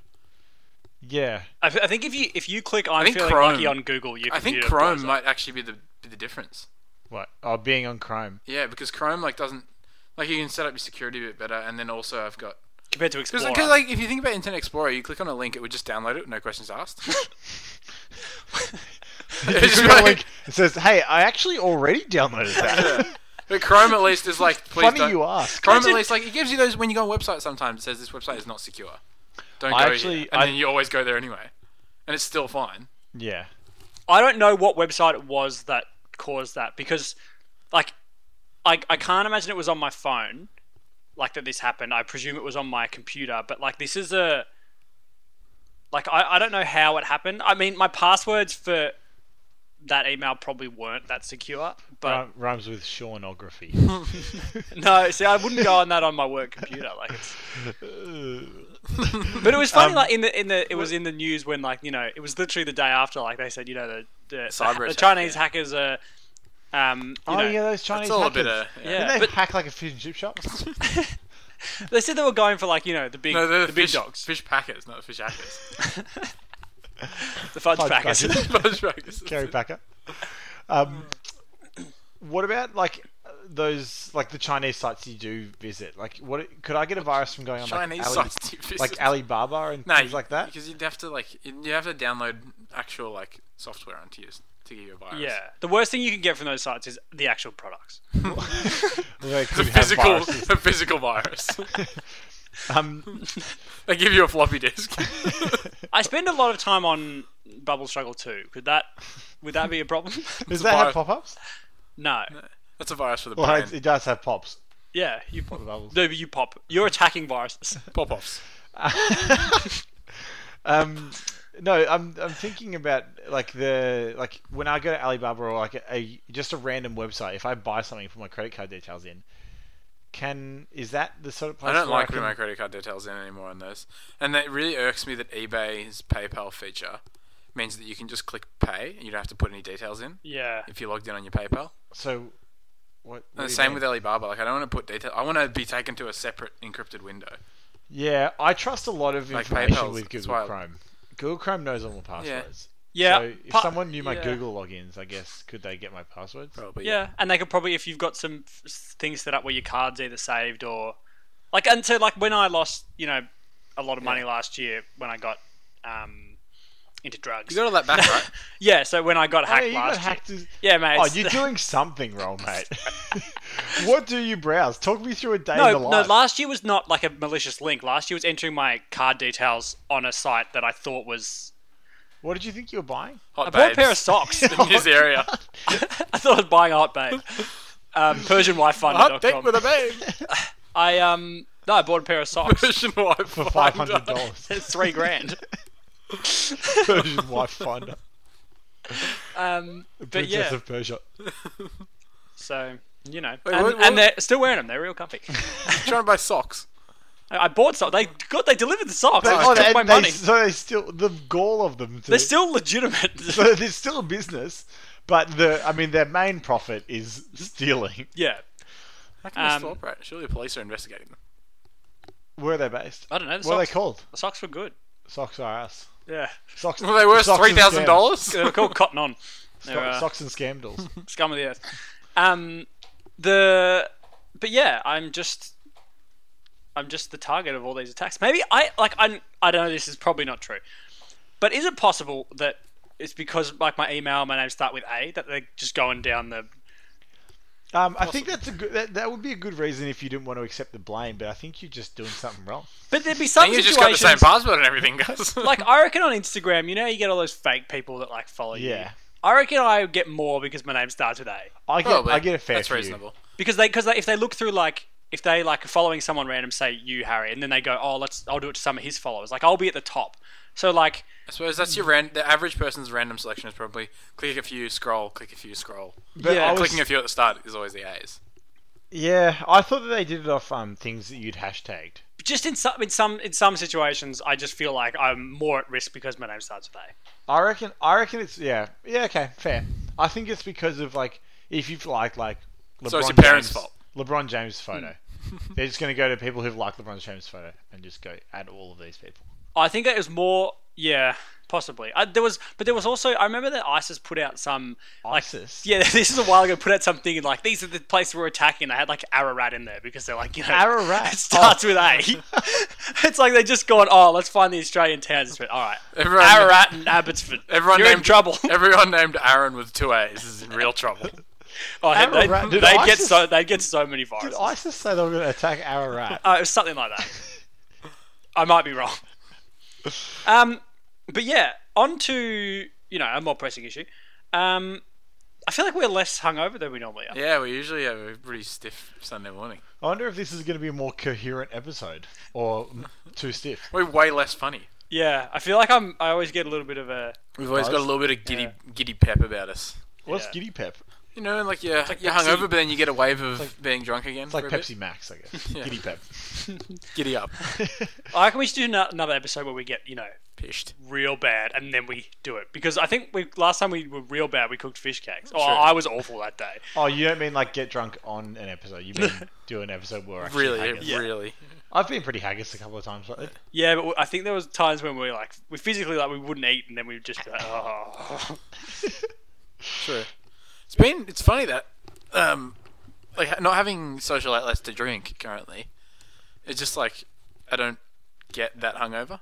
[SPEAKER 1] Yeah.
[SPEAKER 2] I, f- I think if you if you click I'm
[SPEAKER 3] think
[SPEAKER 2] feeling
[SPEAKER 3] Chrome-
[SPEAKER 2] lucky on Google, you
[SPEAKER 3] I
[SPEAKER 2] can
[SPEAKER 3] think
[SPEAKER 2] do it
[SPEAKER 3] Chrome
[SPEAKER 2] browser.
[SPEAKER 3] might actually be the be the difference.
[SPEAKER 1] What? Oh, being on Chrome.
[SPEAKER 3] Yeah, because Chrome like doesn't like you can set up your security a bit better, and then also I've got
[SPEAKER 2] compared to Explorer.
[SPEAKER 3] because like if you think about Internet Explorer, you click on a link, it would just download it, no questions asked. It's
[SPEAKER 1] You
[SPEAKER 3] just
[SPEAKER 1] click on a
[SPEAKER 3] like-
[SPEAKER 1] link, it says, "Hey, I actually already downloaded that."
[SPEAKER 3] But Chrome at least is like please
[SPEAKER 1] Funny
[SPEAKER 3] don't.
[SPEAKER 1] you ask.
[SPEAKER 3] Chrome at
[SPEAKER 2] Imagine-
[SPEAKER 3] least like it gives you those when you go on websites. Sometimes it says this website is not secure. Don't
[SPEAKER 1] I
[SPEAKER 3] go
[SPEAKER 1] actually-
[SPEAKER 3] here, and
[SPEAKER 1] I-
[SPEAKER 3] then you always go there anyway, and it's still fine.
[SPEAKER 1] Yeah.
[SPEAKER 2] I don't know what website it was that caused that because, like, I, I can't imagine it was on my phone, like that this happened. I presume it was on my computer, but like this is a, like I, I don't know how it happened. I mean, my passwords for that email probably weren't that secure, but
[SPEAKER 1] Rhy- Rhymes with Uh, seanography.
[SPEAKER 2] no, see, I wouldn't go on that on my work computer, like. It's, but it was
[SPEAKER 1] Um,
[SPEAKER 2] funny, like in the in the it was in the news when like you know it was literally the day after, like they said you know the the,
[SPEAKER 3] Cyber
[SPEAKER 2] the,
[SPEAKER 3] attack,
[SPEAKER 2] Chinese hackers are, um, you
[SPEAKER 1] oh
[SPEAKER 2] know,
[SPEAKER 1] yeah, those Chinese
[SPEAKER 3] It's all a
[SPEAKER 1] hackers.
[SPEAKER 3] bit uh, of
[SPEAKER 2] Yeah,
[SPEAKER 1] Didn't they
[SPEAKER 2] but-
[SPEAKER 1] hack like a fish and chip shop?
[SPEAKER 2] They said they were going for like you know the big
[SPEAKER 3] no, they're
[SPEAKER 2] the, big
[SPEAKER 3] fish,
[SPEAKER 2] dogs,
[SPEAKER 3] fish packers, not fish hackers.
[SPEAKER 2] the fudge,
[SPEAKER 1] Fudge
[SPEAKER 2] packers.
[SPEAKER 1] packers.
[SPEAKER 3] Fudge packers.
[SPEAKER 1] Gary Packer. Um, what about like those like the Chinese sites you do visit? Like, what could I get a virus from going on
[SPEAKER 3] Chinese
[SPEAKER 1] like, Ali,
[SPEAKER 3] sites you visit?
[SPEAKER 1] like Alibaba and things like that?
[SPEAKER 3] Because you'd have to like you'd you'd have to download actual like software onto you to give you a virus.
[SPEAKER 2] Yeah, the worst thing you can get from those sites is the actual products.
[SPEAKER 1] They could
[SPEAKER 3] The
[SPEAKER 1] have
[SPEAKER 3] physical,
[SPEAKER 1] viruses.
[SPEAKER 3] a physical virus.
[SPEAKER 1] Um,
[SPEAKER 3] they give you a floppy disk.
[SPEAKER 2] I spend a lot of time on Bubble Struggle too. Could that would that be a problem?
[SPEAKER 1] does that have
[SPEAKER 3] virus.
[SPEAKER 1] pop-ups?
[SPEAKER 2] no.
[SPEAKER 3] That's a virus for the
[SPEAKER 1] Well,
[SPEAKER 3] brain.
[SPEAKER 1] it, it does have pops.
[SPEAKER 2] Yeah, you pop.
[SPEAKER 1] Bubbles.
[SPEAKER 2] No, but you pop. You're attacking viruses.
[SPEAKER 3] Pop offs.
[SPEAKER 1] Um, no, I'm I'm thinking about like the like when I go to Alibaba or like a, just a random website. If I buy something, put my credit card details in. Can is that the sort of place?
[SPEAKER 3] I don't
[SPEAKER 1] where
[SPEAKER 3] like
[SPEAKER 1] can-
[SPEAKER 3] putting my credit card details in anymore on those. And that really irks me that eBay's PayPal feature means that you can just click pay and you don't have to put any details in
[SPEAKER 2] Yeah.
[SPEAKER 3] if you're logged in on your PayPal.
[SPEAKER 1] So, what? what
[SPEAKER 3] And
[SPEAKER 1] do
[SPEAKER 3] the
[SPEAKER 1] you
[SPEAKER 3] same
[SPEAKER 1] mean?
[SPEAKER 3] with Alibaba. Like, I don't want to put detail. I want to be taken to a separate encrypted window.
[SPEAKER 1] Yeah, I trust a lot of
[SPEAKER 3] Like
[SPEAKER 1] information
[SPEAKER 3] PayPal's-
[SPEAKER 1] with
[SPEAKER 3] that's
[SPEAKER 1] Google
[SPEAKER 3] why I-
[SPEAKER 1] Chrome. Google Chrome knows all my passwords.
[SPEAKER 2] Yeah.
[SPEAKER 1] So if
[SPEAKER 2] pa-
[SPEAKER 1] someone knew my
[SPEAKER 2] yeah.
[SPEAKER 1] Google logins, I guess could they get my passwords?
[SPEAKER 3] Probably.
[SPEAKER 2] Yeah, and they could probably if you've got some f- things set up where your cards either saved or like and so like when I lost you know a lot of money last year when I got um into drugs.
[SPEAKER 3] You got all that back, right?
[SPEAKER 2] yeah, so when I got
[SPEAKER 1] Oh, yeah,
[SPEAKER 2] hacked
[SPEAKER 1] you
[SPEAKER 2] last
[SPEAKER 1] got hacked.
[SPEAKER 2] year.
[SPEAKER 1] as-
[SPEAKER 2] Yeah, mate.
[SPEAKER 1] Oh,
[SPEAKER 2] it's-
[SPEAKER 1] you're doing something wrong, mate. what do you browse? Talk me through a day in the
[SPEAKER 2] no, no.
[SPEAKER 1] life.
[SPEAKER 2] Last year was not like a malicious link. Last year was entering my card details on a site that I thought was.
[SPEAKER 1] what did you think you were buying?
[SPEAKER 3] Hot
[SPEAKER 2] I bought a
[SPEAKER 3] babes.
[SPEAKER 2] pair of socks.
[SPEAKER 3] in his area.
[SPEAKER 2] I thought I was buying a hot babe. Um,
[SPEAKER 3] Hot date with
[SPEAKER 2] PersianWifeFinder.com.
[SPEAKER 3] a babe.
[SPEAKER 2] I um no, I bought a pair of socks.
[SPEAKER 3] Version wife
[SPEAKER 1] For five hundred dollars.
[SPEAKER 2] It's three grand.
[SPEAKER 1] Persian wife finder.
[SPEAKER 2] Um, but
[SPEAKER 1] Princess
[SPEAKER 2] yeah,
[SPEAKER 1] of Persia.
[SPEAKER 2] so you know,
[SPEAKER 3] Wait,
[SPEAKER 2] and,
[SPEAKER 3] what-
[SPEAKER 2] and
[SPEAKER 3] what-
[SPEAKER 2] they're still wearing them. They're real comfy.
[SPEAKER 3] Trying to buy socks.
[SPEAKER 2] I I bought socks. They God, they delivered the socks. They,
[SPEAKER 1] Oh,
[SPEAKER 2] just took
[SPEAKER 1] they,
[SPEAKER 2] my
[SPEAKER 1] they-
[SPEAKER 2] money.
[SPEAKER 1] so they still the goal of them. To,
[SPEAKER 2] They're still legitimate.
[SPEAKER 1] so there's still a business, but the I mean their main profit is stealing.
[SPEAKER 2] yeah,
[SPEAKER 3] How can they
[SPEAKER 2] Um,
[SPEAKER 3] still operate? Surely the police are investigating them.
[SPEAKER 1] Where are they based?
[SPEAKER 2] I don't know. The
[SPEAKER 1] What are
[SPEAKER 2] socks,
[SPEAKER 1] they called?
[SPEAKER 2] the socks were good.
[SPEAKER 1] Socks are us.
[SPEAKER 2] Yeah,
[SPEAKER 1] Socks.
[SPEAKER 3] Well, they worth
[SPEAKER 1] socks
[SPEAKER 3] three
[SPEAKER 1] and
[SPEAKER 3] thousand dollars.
[SPEAKER 2] they were called Cotton On. They were,
[SPEAKER 1] scandals.
[SPEAKER 2] uh,
[SPEAKER 1] Socks and scandals.
[SPEAKER 2] scum of the earth. Um, the but yeah, I'm just I'm just the target of all these attacks. Maybe I like I I don't know. This is probably not true, but is it possible that it's because like my email, my name start with A, that they're just going down the
[SPEAKER 1] Um, I think that's a good. That, that would be a good reason if you didn't want to accept the blame, but I think you're just doing something wrong.
[SPEAKER 2] But there'd be some
[SPEAKER 3] And you
[SPEAKER 2] situations.
[SPEAKER 3] just got the same password and everything, guys.
[SPEAKER 2] like I reckon on Instagram, you know, how you get all those fake people that like follow you.
[SPEAKER 1] Yeah,
[SPEAKER 2] I reckon I would get more because my name starts with A.
[SPEAKER 1] I get.
[SPEAKER 3] Probably.
[SPEAKER 1] I get a fair.
[SPEAKER 3] That's
[SPEAKER 1] few.
[SPEAKER 3] reasonable.
[SPEAKER 2] Because they, because they, if they look through like, if they like are following someone random, say you Harry, and then they go, oh, let's, I'll do it to some of his followers. Like I'll be at the top. So like,
[SPEAKER 3] I suppose that's your ran- the average person's random selection is probably click a few, scroll, click a few, scroll.
[SPEAKER 1] But
[SPEAKER 2] Yeah.
[SPEAKER 1] I was-
[SPEAKER 3] Clicking a few at the start is always the A's.
[SPEAKER 1] yeah, I thought that they did it off um things that you'd hashtagged.
[SPEAKER 2] just in some, in some, in some situations, I just feel like I'm more at risk because my name starts with A.
[SPEAKER 1] I reckon. I reckon it's yeah. Yeah. Okay. Fair. I think it's because of like if you've liked like. LeBron
[SPEAKER 3] it's your parents'
[SPEAKER 1] James,
[SPEAKER 3] fault. Hmm.
[SPEAKER 1] LeBron James photo. They're just going to go to people who've liked LeBron James photo and just go add all of these people.
[SPEAKER 2] I think it was more, yeah, possibly. I, there was, but there was also, I remember that ISIS put out some like
[SPEAKER 1] ISIS.
[SPEAKER 2] Yeah, this is a while ago. Put out something and like these are the places we're attacking. They had like Ararat in there because they're like you know
[SPEAKER 1] Ararat? Oh.
[SPEAKER 2] It starts with A. it's like they just gone. Oh, let's find the Australian towns. It's been- All right,
[SPEAKER 3] Everyone-
[SPEAKER 2] Ararat and Abbotsford.
[SPEAKER 3] Everyone
[SPEAKER 2] You're in
[SPEAKER 3] named
[SPEAKER 2] trouble.
[SPEAKER 3] Everyone named Aaron with two A's is in real trouble.
[SPEAKER 2] oh, they- they-
[SPEAKER 1] Ararat-
[SPEAKER 2] They,
[SPEAKER 1] did
[SPEAKER 2] get
[SPEAKER 1] ISIS-
[SPEAKER 2] so they get so many viruses.
[SPEAKER 1] Did ISIS say they were going to attack Ararat?
[SPEAKER 2] Uh, it was something like that. I might be wrong. Um, but yeah, on to you know a more pressing issue. Um, I feel like we're less hungover than we normally are.
[SPEAKER 3] yeah, we usually have a pretty stiff Sunday morning.
[SPEAKER 1] I wonder if this is going to be a more coherent episode or too stiff.
[SPEAKER 3] We're way less funny.
[SPEAKER 2] Yeah, I feel like I'm. I always get a little bit of a.
[SPEAKER 3] We've always got a little bit of giddy giddy pep about us.
[SPEAKER 1] What's
[SPEAKER 2] Yeah.
[SPEAKER 1] Giddy Pep?
[SPEAKER 3] You know, like you're, you're
[SPEAKER 2] Pepsi.
[SPEAKER 3] hungover, but then you get a wave of being drunk again.
[SPEAKER 1] It's like
[SPEAKER 3] for a bit.
[SPEAKER 1] Pepsi Max, I guess.
[SPEAKER 3] Yeah.
[SPEAKER 1] Giddy Pep.
[SPEAKER 3] Giddy up.
[SPEAKER 2] I reckon we should do ano- another episode where we get you know
[SPEAKER 3] Pished.
[SPEAKER 2] real bad and then we do it because I think we last time we were real bad we cooked fish cakes. Oh,
[SPEAKER 3] Sure.
[SPEAKER 2] I was awful that day.
[SPEAKER 1] Oh, you don't mean like get drunk on an episode. You mean do an episode where we're actually
[SPEAKER 3] Really,
[SPEAKER 1] haggis.
[SPEAKER 3] really.
[SPEAKER 1] I've been pretty haggis a couple of times lately.
[SPEAKER 2] Yeah, but w- I think there was times when we were like we physically like we wouldn't eat and then we'd just be like, oh.
[SPEAKER 3] True. It's been it's funny that um like ha- not having social outlets to drink currently. It's just like I don't get that hungover.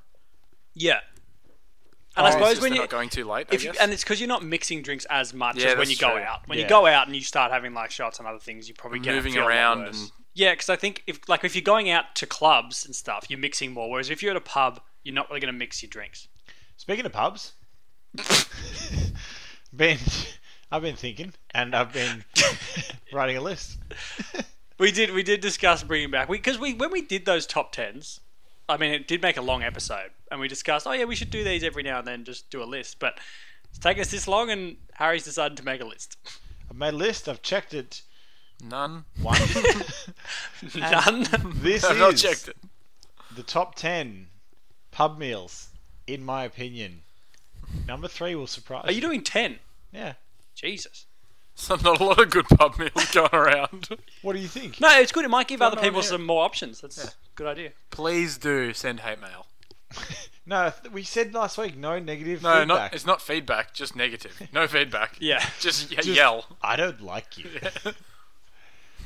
[SPEAKER 2] Yeah.
[SPEAKER 1] Oh,
[SPEAKER 2] And I
[SPEAKER 3] It's
[SPEAKER 2] suppose
[SPEAKER 3] just
[SPEAKER 2] when
[SPEAKER 3] they're
[SPEAKER 2] you
[SPEAKER 3] not going too late,
[SPEAKER 2] if
[SPEAKER 3] I
[SPEAKER 2] you,
[SPEAKER 3] guess.
[SPEAKER 2] and it's because you're not mixing drinks as much as
[SPEAKER 3] Yeah,
[SPEAKER 2] when
[SPEAKER 3] that's
[SPEAKER 2] you go
[SPEAKER 3] true.
[SPEAKER 2] out. When you
[SPEAKER 1] Yeah.
[SPEAKER 2] go out and you start having like shots and other things, you probably get
[SPEAKER 3] Moving
[SPEAKER 2] feel a lot
[SPEAKER 3] around
[SPEAKER 2] worse.
[SPEAKER 3] and-
[SPEAKER 2] yeah, because I think if like if you're going out to clubs and stuff, you're mixing more. Whereas if you're at a pub, you're not really going to mix your drinks.
[SPEAKER 1] Speaking of pubs, been I've been thinking and I've been writing a list.
[SPEAKER 2] We did we did discuss bringing back because we, when we did those top tens, I mean it did make a long episode, and we discussed oh yeah we should do these every now and then just do a list, but it's taken us this long, and Harry's decided to make a list.
[SPEAKER 1] I've made a list. I've checked it.
[SPEAKER 3] None.
[SPEAKER 1] One.
[SPEAKER 2] None.
[SPEAKER 1] this
[SPEAKER 3] I've
[SPEAKER 1] is
[SPEAKER 3] not checked it.
[SPEAKER 1] the top ten pub meals, in my opinion. Number three will surprise.
[SPEAKER 2] Are you doing 10?
[SPEAKER 1] Yeah.
[SPEAKER 2] Jesus.
[SPEAKER 3] So not a lot of good pub meals going around.
[SPEAKER 1] What do you think?
[SPEAKER 2] No, it's good. It might give other
[SPEAKER 3] no
[SPEAKER 2] people
[SPEAKER 3] idea.
[SPEAKER 2] some more options. That's a good idea.
[SPEAKER 3] Please do send hate mail.
[SPEAKER 1] No, th- we said last week no negative
[SPEAKER 3] No,
[SPEAKER 1] feedback.
[SPEAKER 3] not it's not feedback, just negative. No feedback.
[SPEAKER 2] Yeah.
[SPEAKER 3] Just, y- yell.
[SPEAKER 1] I don't like you.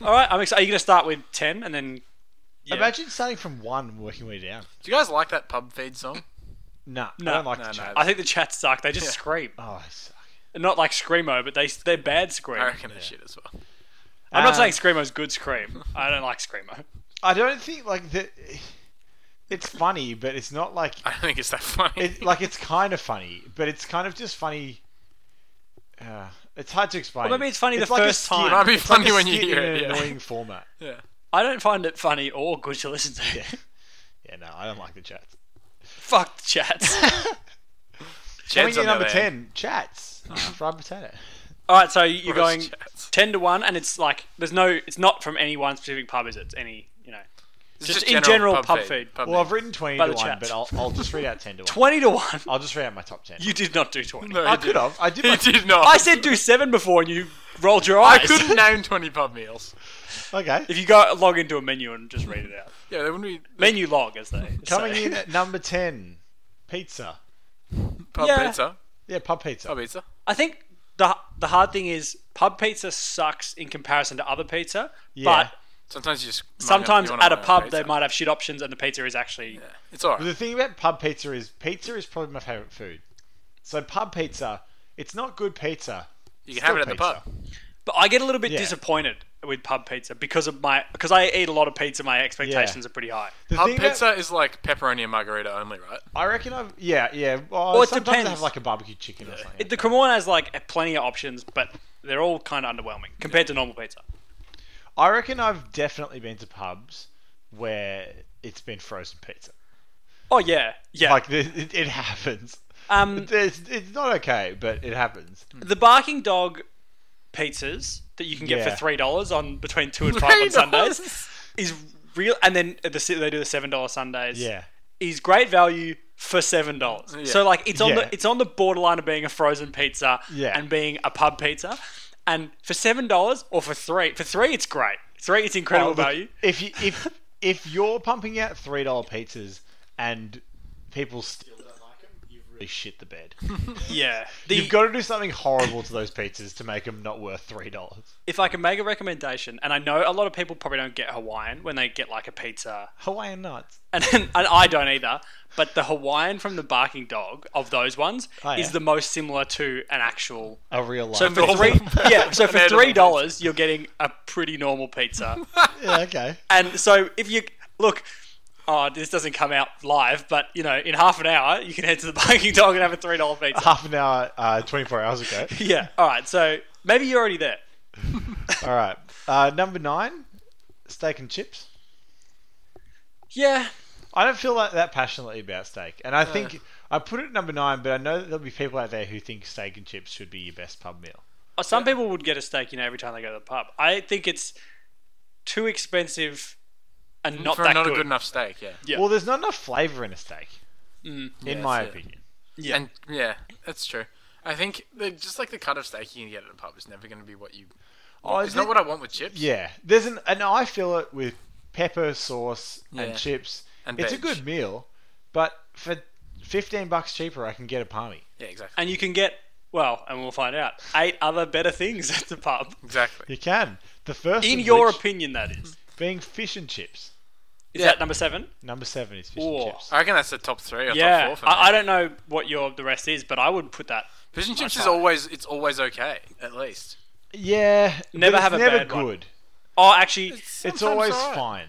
[SPEAKER 2] All right. I'm excited. Are you going to start with 10 and then. Yeah.
[SPEAKER 1] Imagine starting from one, and working way down.
[SPEAKER 3] Do you guys like that pub feed song?
[SPEAKER 1] Nah,
[SPEAKER 2] No,
[SPEAKER 1] I don't like
[SPEAKER 3] no,
[SPEAKER 1] the
[SPEAKER 3] no.
[SPEAKER 1] chat.
[SPEAKER 2] I think the chat suck. They just scream.
[SPEAKER 1] Oh, I suck.
[SPEAKER 2] Not like Screamo, but they, they're bad Scream.
[SPEAKER 3] I reckon it's shit as well.
[SPEAKER 2] I'm not
[SPEAKER 1] Um,
[SPEAKER 2] saying Screamo's good Scream. I don't like Screamo.
[SPEAKER 1] I don't think like that. It's funny, but it's not like
[SPEAKER 3] I don't think it's that funny.
[SPEAKER 1] it, like it's kind of funny, but it's kind of just funny. Uh, it's hard to explain.
[SPEAKER 2] Well, maybe it's funny the
[SPEAKER 1] a
[SPEAKER 2] first
[SPEAKER 1] skit.
[SPEAKER 2] time. It might
[SPEAKER 3] be
[SPEAKER 1] It's like
[SPEAKER 3] funny
[SPEAKER 1] a
[SPEAKER 3] when you
[SPEAKER 1] skit in
[SPEAKER 3] hear it,
[SPEAKER 1] An
[SPEAKER 3] yeah.
[SPEAKER 1] annoying format.
[SPEAKER 3] yeah.
[SPEAKER 2] I don't find it funny or good to listen to.
[SPEAKER 1] Yeah, no, I don't like the chats.
[SPEAKER 2] Fuck the chat.
[SPEAKER 1] Coming
[SPEAKER 3] Chad's
[SPEAKER 1] in
[SPEAKER 3] on the
[SPEAKER 1] number
[SPEAKER 3] other
[SPEAKER 1] ten,
[SPEAKER 3] hand.
[SPEAKER 1] chats. Fried potato.
[SPEAKER 2] All right, so you're
[SPEAKER 3] Roast
[SPEAKER 2] going
[SPEAKER 3] chats.
[SPEAKER 2] 10 to 1, and it's like, there's no, it's not from any one specific pub, is it? It's any, you know.
[SPEAKER 3] It's
[SPEAKER 2] Just in general pub feed.
[SPEAKER 3] Pub
[SPEAKER 1] Well, I've written twenty
[SPEAKER 2] By
[SPEAKER 1] to
[SPEAKER 2] the
[SPEAKER 1] one,
[SPEAKER 2] chats.
[SPEAKER 1] but I'll, I'll just read out ten to one.
[SPEAKER 2] 20 to 1.
[SPEAKER 1] I'll just read out my top ten.
[SPEAKER 2] You did not do 20.
[SPEAKER 3] No,
[SPEAKER 1] I
[SPEAKER 3] he
[SPEAKER 1] could
[SPEAKER 3] didn't.
[SPEAKER 1] have. I did.
[SPEAKER 3] He
[SPEAKER 1] Like,
[SPEAKER 3] did not.
[SPEAKER 2] I said do 7 before, and you rolled your
[SPEAKER 3] I
[SPEAKER 2] eyes.
[SPEAKER 3] couldn't name 20 pub meals.
[SPEAKER 1] okay.
[SPEAKER 2] If you go log into a menu and just read it out.
[SPEAKER 3] Yeah, there wouldn't be
[SPEAKER 2] Menu log, as they
[SPEAKER 1] Coming
[SPEAKER 2] say.
[SPEAKER 1] in at number ten, pizza.
[SPEAKER 3] pub
[SPEAKER 2] Yeah.
[SPEAKER 3] pizza.
[SPEAKER 1] Yeah, pub pizza.
[SPEAKER 3] Pub pizza.
[SPEAKER 2] I think the the hard thing is pub pizza sucks in comparison to other pizza,
[SPEAKER 1] Yeah.
[SPEAKER 2] but
[SPEAKER 3] Sometimes you just. mung up-
[SPEAKER 2] sometimes
[SPEAKER 3] you wanna
[SPEAKER 2] at a
[SPEAKER 3] mung up
[SPEAKER 2] pub they
[SPEAKER 3] pizza.
[SPEAKER 2] might have shit options and the pizza is actually
[SPEAKER 3] Yeah. It's alright.
[SPEAKER 1] The thing about pub pizza is pizza is probably my favorite food. So pub pizza, it's not good pizza.
[SPEAKER 3] You can have it at the pub.
[SPEAKER 2] But I get a little bit
[SPEAKER 1] Yeah.
[SPEAKER 2] disappointed with pub pizza because of my because I eat a lot of pizza. My expectations are pretty high.
[SPEAKER 1] The
[SPEAKER 3] Pub
[SPEAKER 1] thing about-
[SPEAKER 3] pizza is like pepperoni and margarita only, right?
[SPEAKER 1] I reckon I've yeah yeah. Well,
[SPEAKER 2] Well, it
[SPEAKER 1] sometimes
[SPEAKER 2] depends.
[SPEAKER 1] I have like a barbecue chicken or something.
[SPEAKER 2] It- the Cremorne has like plenty of options, but they're all kind of underwhelming compared to normal pizza.
[SPEAKER 1] I reckon I've definitely been to pubs where it's been frozen pizza.
[SPEAKER 2] Oh yeah, yeah.
[SPEAKER 1] Like it, it, it happens.
[SPEAKER 2] um,
[SPEAKER 1] It's, it's not okay, but it happens.
[SPEAKER 2] the Barking Dog pizzas that you can get
[SPEAKER 1] Yeah.
[SPEAKER 2] for three dollars on between two and five on Sundays is real, and then at the they do the seven dollar Sundays.
[SPEAKER 1] Yeah.
[SPEAKER 2] is great value for seven dollars.
[SPEAKER 3] Yeah.
[SPEAKER 2] So like it's on
[SPEAKER 1] Yeah.
[SPEAKER 2] the it's on the borderline of being a frozen pizza
[SPEAKER 1] Yeah.
[SPEAKER 2] and being a pub pizza. And for seven dollars or for three for three it's great. Three it's incredible
[SPEAKER 1] Oh, Look,
[SPEAKER 2] value.
[SPEAKER 1] If you if if you're pumping out three dollar pizzas and people still don't like them, you've really shit the bed.
[SPEAKER 2] Yeah. The,
[SPEAKER 1] You've got to do something horrible to those pizzas to make them not worth three dollars.
[SPEAKER 2] if I can make a recommendation, and I know a lot of people probably don't get Hawaiian when they get like a pizza
[SPEAKER 1] Hawaiian nuts.
[SPEAKER 2] and, and I don't either. But the Hawaiian from the barking dog of those ones
[SPEAKER 1] Oh, yeah.
[SPEAKER 2] is the most similar to an actual
[SPEAKER 1] A real life.
[SPEAKER 2] So for three, yeah. So for
[SPEAKER 3] An edible
[SPEAKER 2] three dollars, you're getting a pretty normal pizza.
[SPEAKER 1] yeah, okay.
[SPEAKER 2] And so if you look, oh, this doesn't come out live, but you know, in half an hour you can head to the barking dog and have a three dollar pizza.
[SPEAKER 1] Half an hour, uh, twenty four hours ago.
[SPEAKER 2] yeah. All right. So maybe you're already there.
[SPEAKER 1] All right. Uh, number nine, steak and chips.
[SPEAKER 2] Yeah.
[SPEAKER 1] I don't feel like that passionately about steak, and I think I put it at number nine. But I know that there'll be people out there who think steak and chips should be your best pub meal.
[SPEAKER 2] Oh, Some people would get a steak, you know, every time they go to the pub. I think it's too expensive and not
[SPEAKER 3] Mm, For
[SPEAKER 2] that
[SPEAKER 3] not
[SPEAKER 2] good.
[SPEAKER 3] a good enough steak, yeah.
[SPEAKER 2] Yeah.
[SPEAKER 1] Well, there's not enough flavor in a steak, in
[SPEAKER 3] Yeah,
[SPEAKER 1] my
[SPEAKER 3] that's it.
[SPEAKER 1] opinion.
[SPEAKER 2] Yeah.
[SPEAKER 3] And yeah, that's true. I think the, just like the cut of steak you can get at a pub is never going to be what you.
[SPEAKER 1] Oh,
[SPEAKER 3] it's
[SPEAKER 1] is
[SPEAKER 3] not
[SPEAKER 1] it-
[SPEAKER 3] what I want with chips.
[SPEAKER 1] Yeah, there's an and I feel it with pepper sauce
[SPEAKER 3] Yeah.
[SPEAKER 1] and chips.
[SPEAKER 3] And
[SPEAKER 1] it's
[SPEAKER 3] veg.
[SPEAKER 1] a good meal, but for fifteen bucks cheaper, I can get a palmy.
[SPEAKER 3] Yeah, exactly.
[SPEAKER 2] and you can get well, and we'll find out eight other better things at the pub.
[SPEAKER 3] Exactly.
[SPEAKER 1] You can. The first
[SPEAKER 2] In
[SPEAKER 1] of
[SPEAKER 2] your
[SPEAKER 1] which
[SPEAKER 2] opinion, that is.
[SPEAKER 1] being fish and chips.
[SPEAKER 2] Is that number seven?
[SPEAKER 1] Number seven is fish
[SPEAKER 2] Ooh.
[SPEAKER 1] and chips.
[SPEAKER 3] I reckon that's the top three or top
[SPEAKER 2] Yeah,
[SPEAKER 3] four for me.
[SPEAKER 2] I, I don't know what your the rest is, but I would put that.
[SPEAKER 3] Fish and chips
[SPEAKER 2] my
[SPEAKER 3] is
[SPEAKER 2] type.
[SPEAKER 3] always it's always okay at least.
[SPEAKER 1] Yeah,
[SPEAKER 2] Never
[SPEAKER 1] but it's
[SPEAKER 2] have a
[SPEAKER 1] never
[SPEAKER 2] bad one.
[SPEAKER 1] good.
[SPEAKER 2] Oh, actually,
[SPEAKER 1] It's always
[SPEAKER 3] alright.
[SPEAKER 1] fine.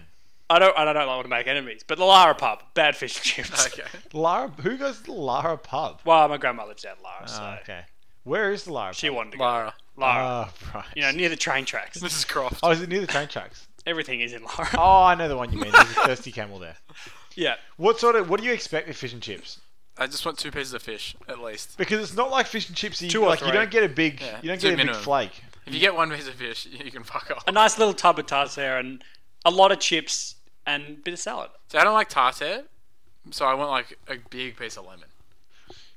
[SPEAKER 2] I don't. I don't want to make enemies, but the Lara pub, bad fish and chips.
[SPEAKER 3] Okay.
[SPEAKER 1] Lara, who goes to the Lara pub?
[SPEAKER 2] Well, my grandma lives down Lara, so
[SPEAKER 1] Oh, okay, where is the Lara?
[SPEAKER 2] she
[SPEAKER 1] pub?
[SPEAKER 2] wanted to go.
[SPEAKER 3] Lara, uh,
[SPEAKER 2] Lara,
[SPEAKER 1] Oh, right.
[SPEAKER 2] you know, near the train tracks.
[SPEAKER 3] Mrs. Croft.
[SPEAKER 1] oh, is it near the train tracks?
[SPEAKER 2] Everything is in Lara.
[SPEAKER 1] Oh, I know the one you mean. There's a thirsty camel there.
[SPEAKER 2] Yeah,
[SPEAKER 1] What sort of? What do you expect with fish and chips?
[SPEAKER 3] I just want two pieces of fish at least.
[SPEAKER 1] Because it's not like fish and chips. You,
[SPEAKER 2] Two or
[SPEAKER 1] like you
[SPEAKER 2] three.
[SPEAKER 1] don't get a big,
[SPEAKER 3] Yeah,
[SPEAKER 1] you don't
[SPEAKER 3] two
[SPEAKER 1] get a big
[SPEAKER 3] minimum.
[SPEAKER 1] flake.
[SPEAKER 3] If you get one piece of fish, you can fuck off.
[SPEAKER 2] A nice little tub of tartare and a lot of chips and a bit of salad.
[SPEAKER 3] So I don't like tartare, so I want like a big piece of lemon.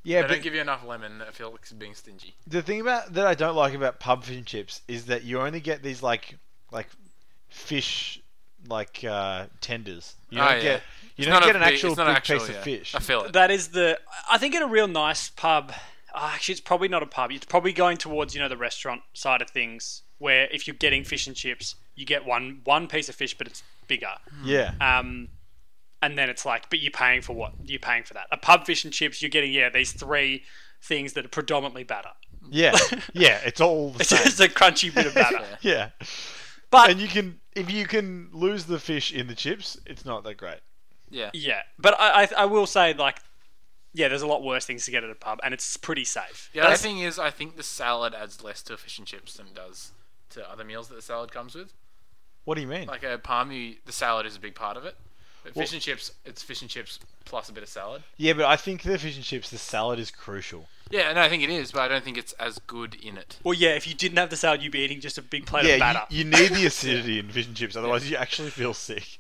[SPEAKER 1] Yeah,
[SPEAKER 3] They
[SPEAKER 1] but
[SPEAKER 3] don't give you enough lemon. I feel like it's being stingy.
[SPEAKER 1] the thing about that I don't like about pub fish and chips is that you only get these like like fish like uh, tenders. You
[SPEAKER 3] Oh,
[SPEAKER 1] don't
[SPEAKER 3] yeah.
[SPEAKER 1] get you
[SPEAKER 3] It's
[SPEAKER 1] don't
[SPEAKER 3] not a
[SPEAKER 1] get an
[SPEAKER 3] big-
[SPEAKER 1] actual
[SPEAKER 3] it's not
[SPEAKER 1] big
[SPEAKER 3] actual,
[SPEAKER 1] piece
[SPEAKER 3] yeah.
[SPEAKER 1] of fish.
[SPEAKER 3] I feel it.
[SPEAKER 2] That is the. I think at a real nice pub. ah, Actually, it's probably not a pub. It's probably going towards you know the restaurant side of things, where if you're getting fish and chips, you get one one piece of fish, but it's bigger.
[SPEAKER 1] Yeah,
[SPEAKER 2] Um, and then it's like, but you're paying for what? You're paying for that. A pub fish and chips, you're getting yeah these three things that are predominantly batter.
[SPEAKER 1] yeah, yeah. It's all the
[SPEAKER 2] It's
[SPEAKER 1] same.
[SPEAKER 2] just a crunchy bit of batter.
[SPEAKER 1] yeah,
[SPEAKER 2] But
[SPEAKER 1] and you can if you can lose the fish in the chips, it's not that great.
[SPEAKER 3] Yeah.
[SPEAKER 2] yeah, but I, I I will say like, yeah, there's a lot worse things to get at a pub, and it's pretty safe.
[SPEAKER 3] The other
[SPEAKER 2] That's-
[SPEAKER 3] thing is, I think the salad adds less to fish and chips than it does to other meals that the salad comes with.
[SPEAKER 1] What do you mean?
[SPEAKER 3] Like a palmy, the salad is a big part of it. But fish
[SPEAKER 1] Well-
[SPEAKER 3] and chips, it's fish and chips plus a bit of salad.
[SPEAKER 1] yeah, but I think the fish and chips, the salad is crucial.
[SPEAKER 3] Yeah, no, I think it is, but I don't think it's as good in it.
[SPEAKER 2] Well, yeah, if you didn't have the salad, you'd be eating just a big plate of batter.
[SPEAKER 1] Yeah, you, you need the acidity in fish and chips, otherwise you actually feel sick.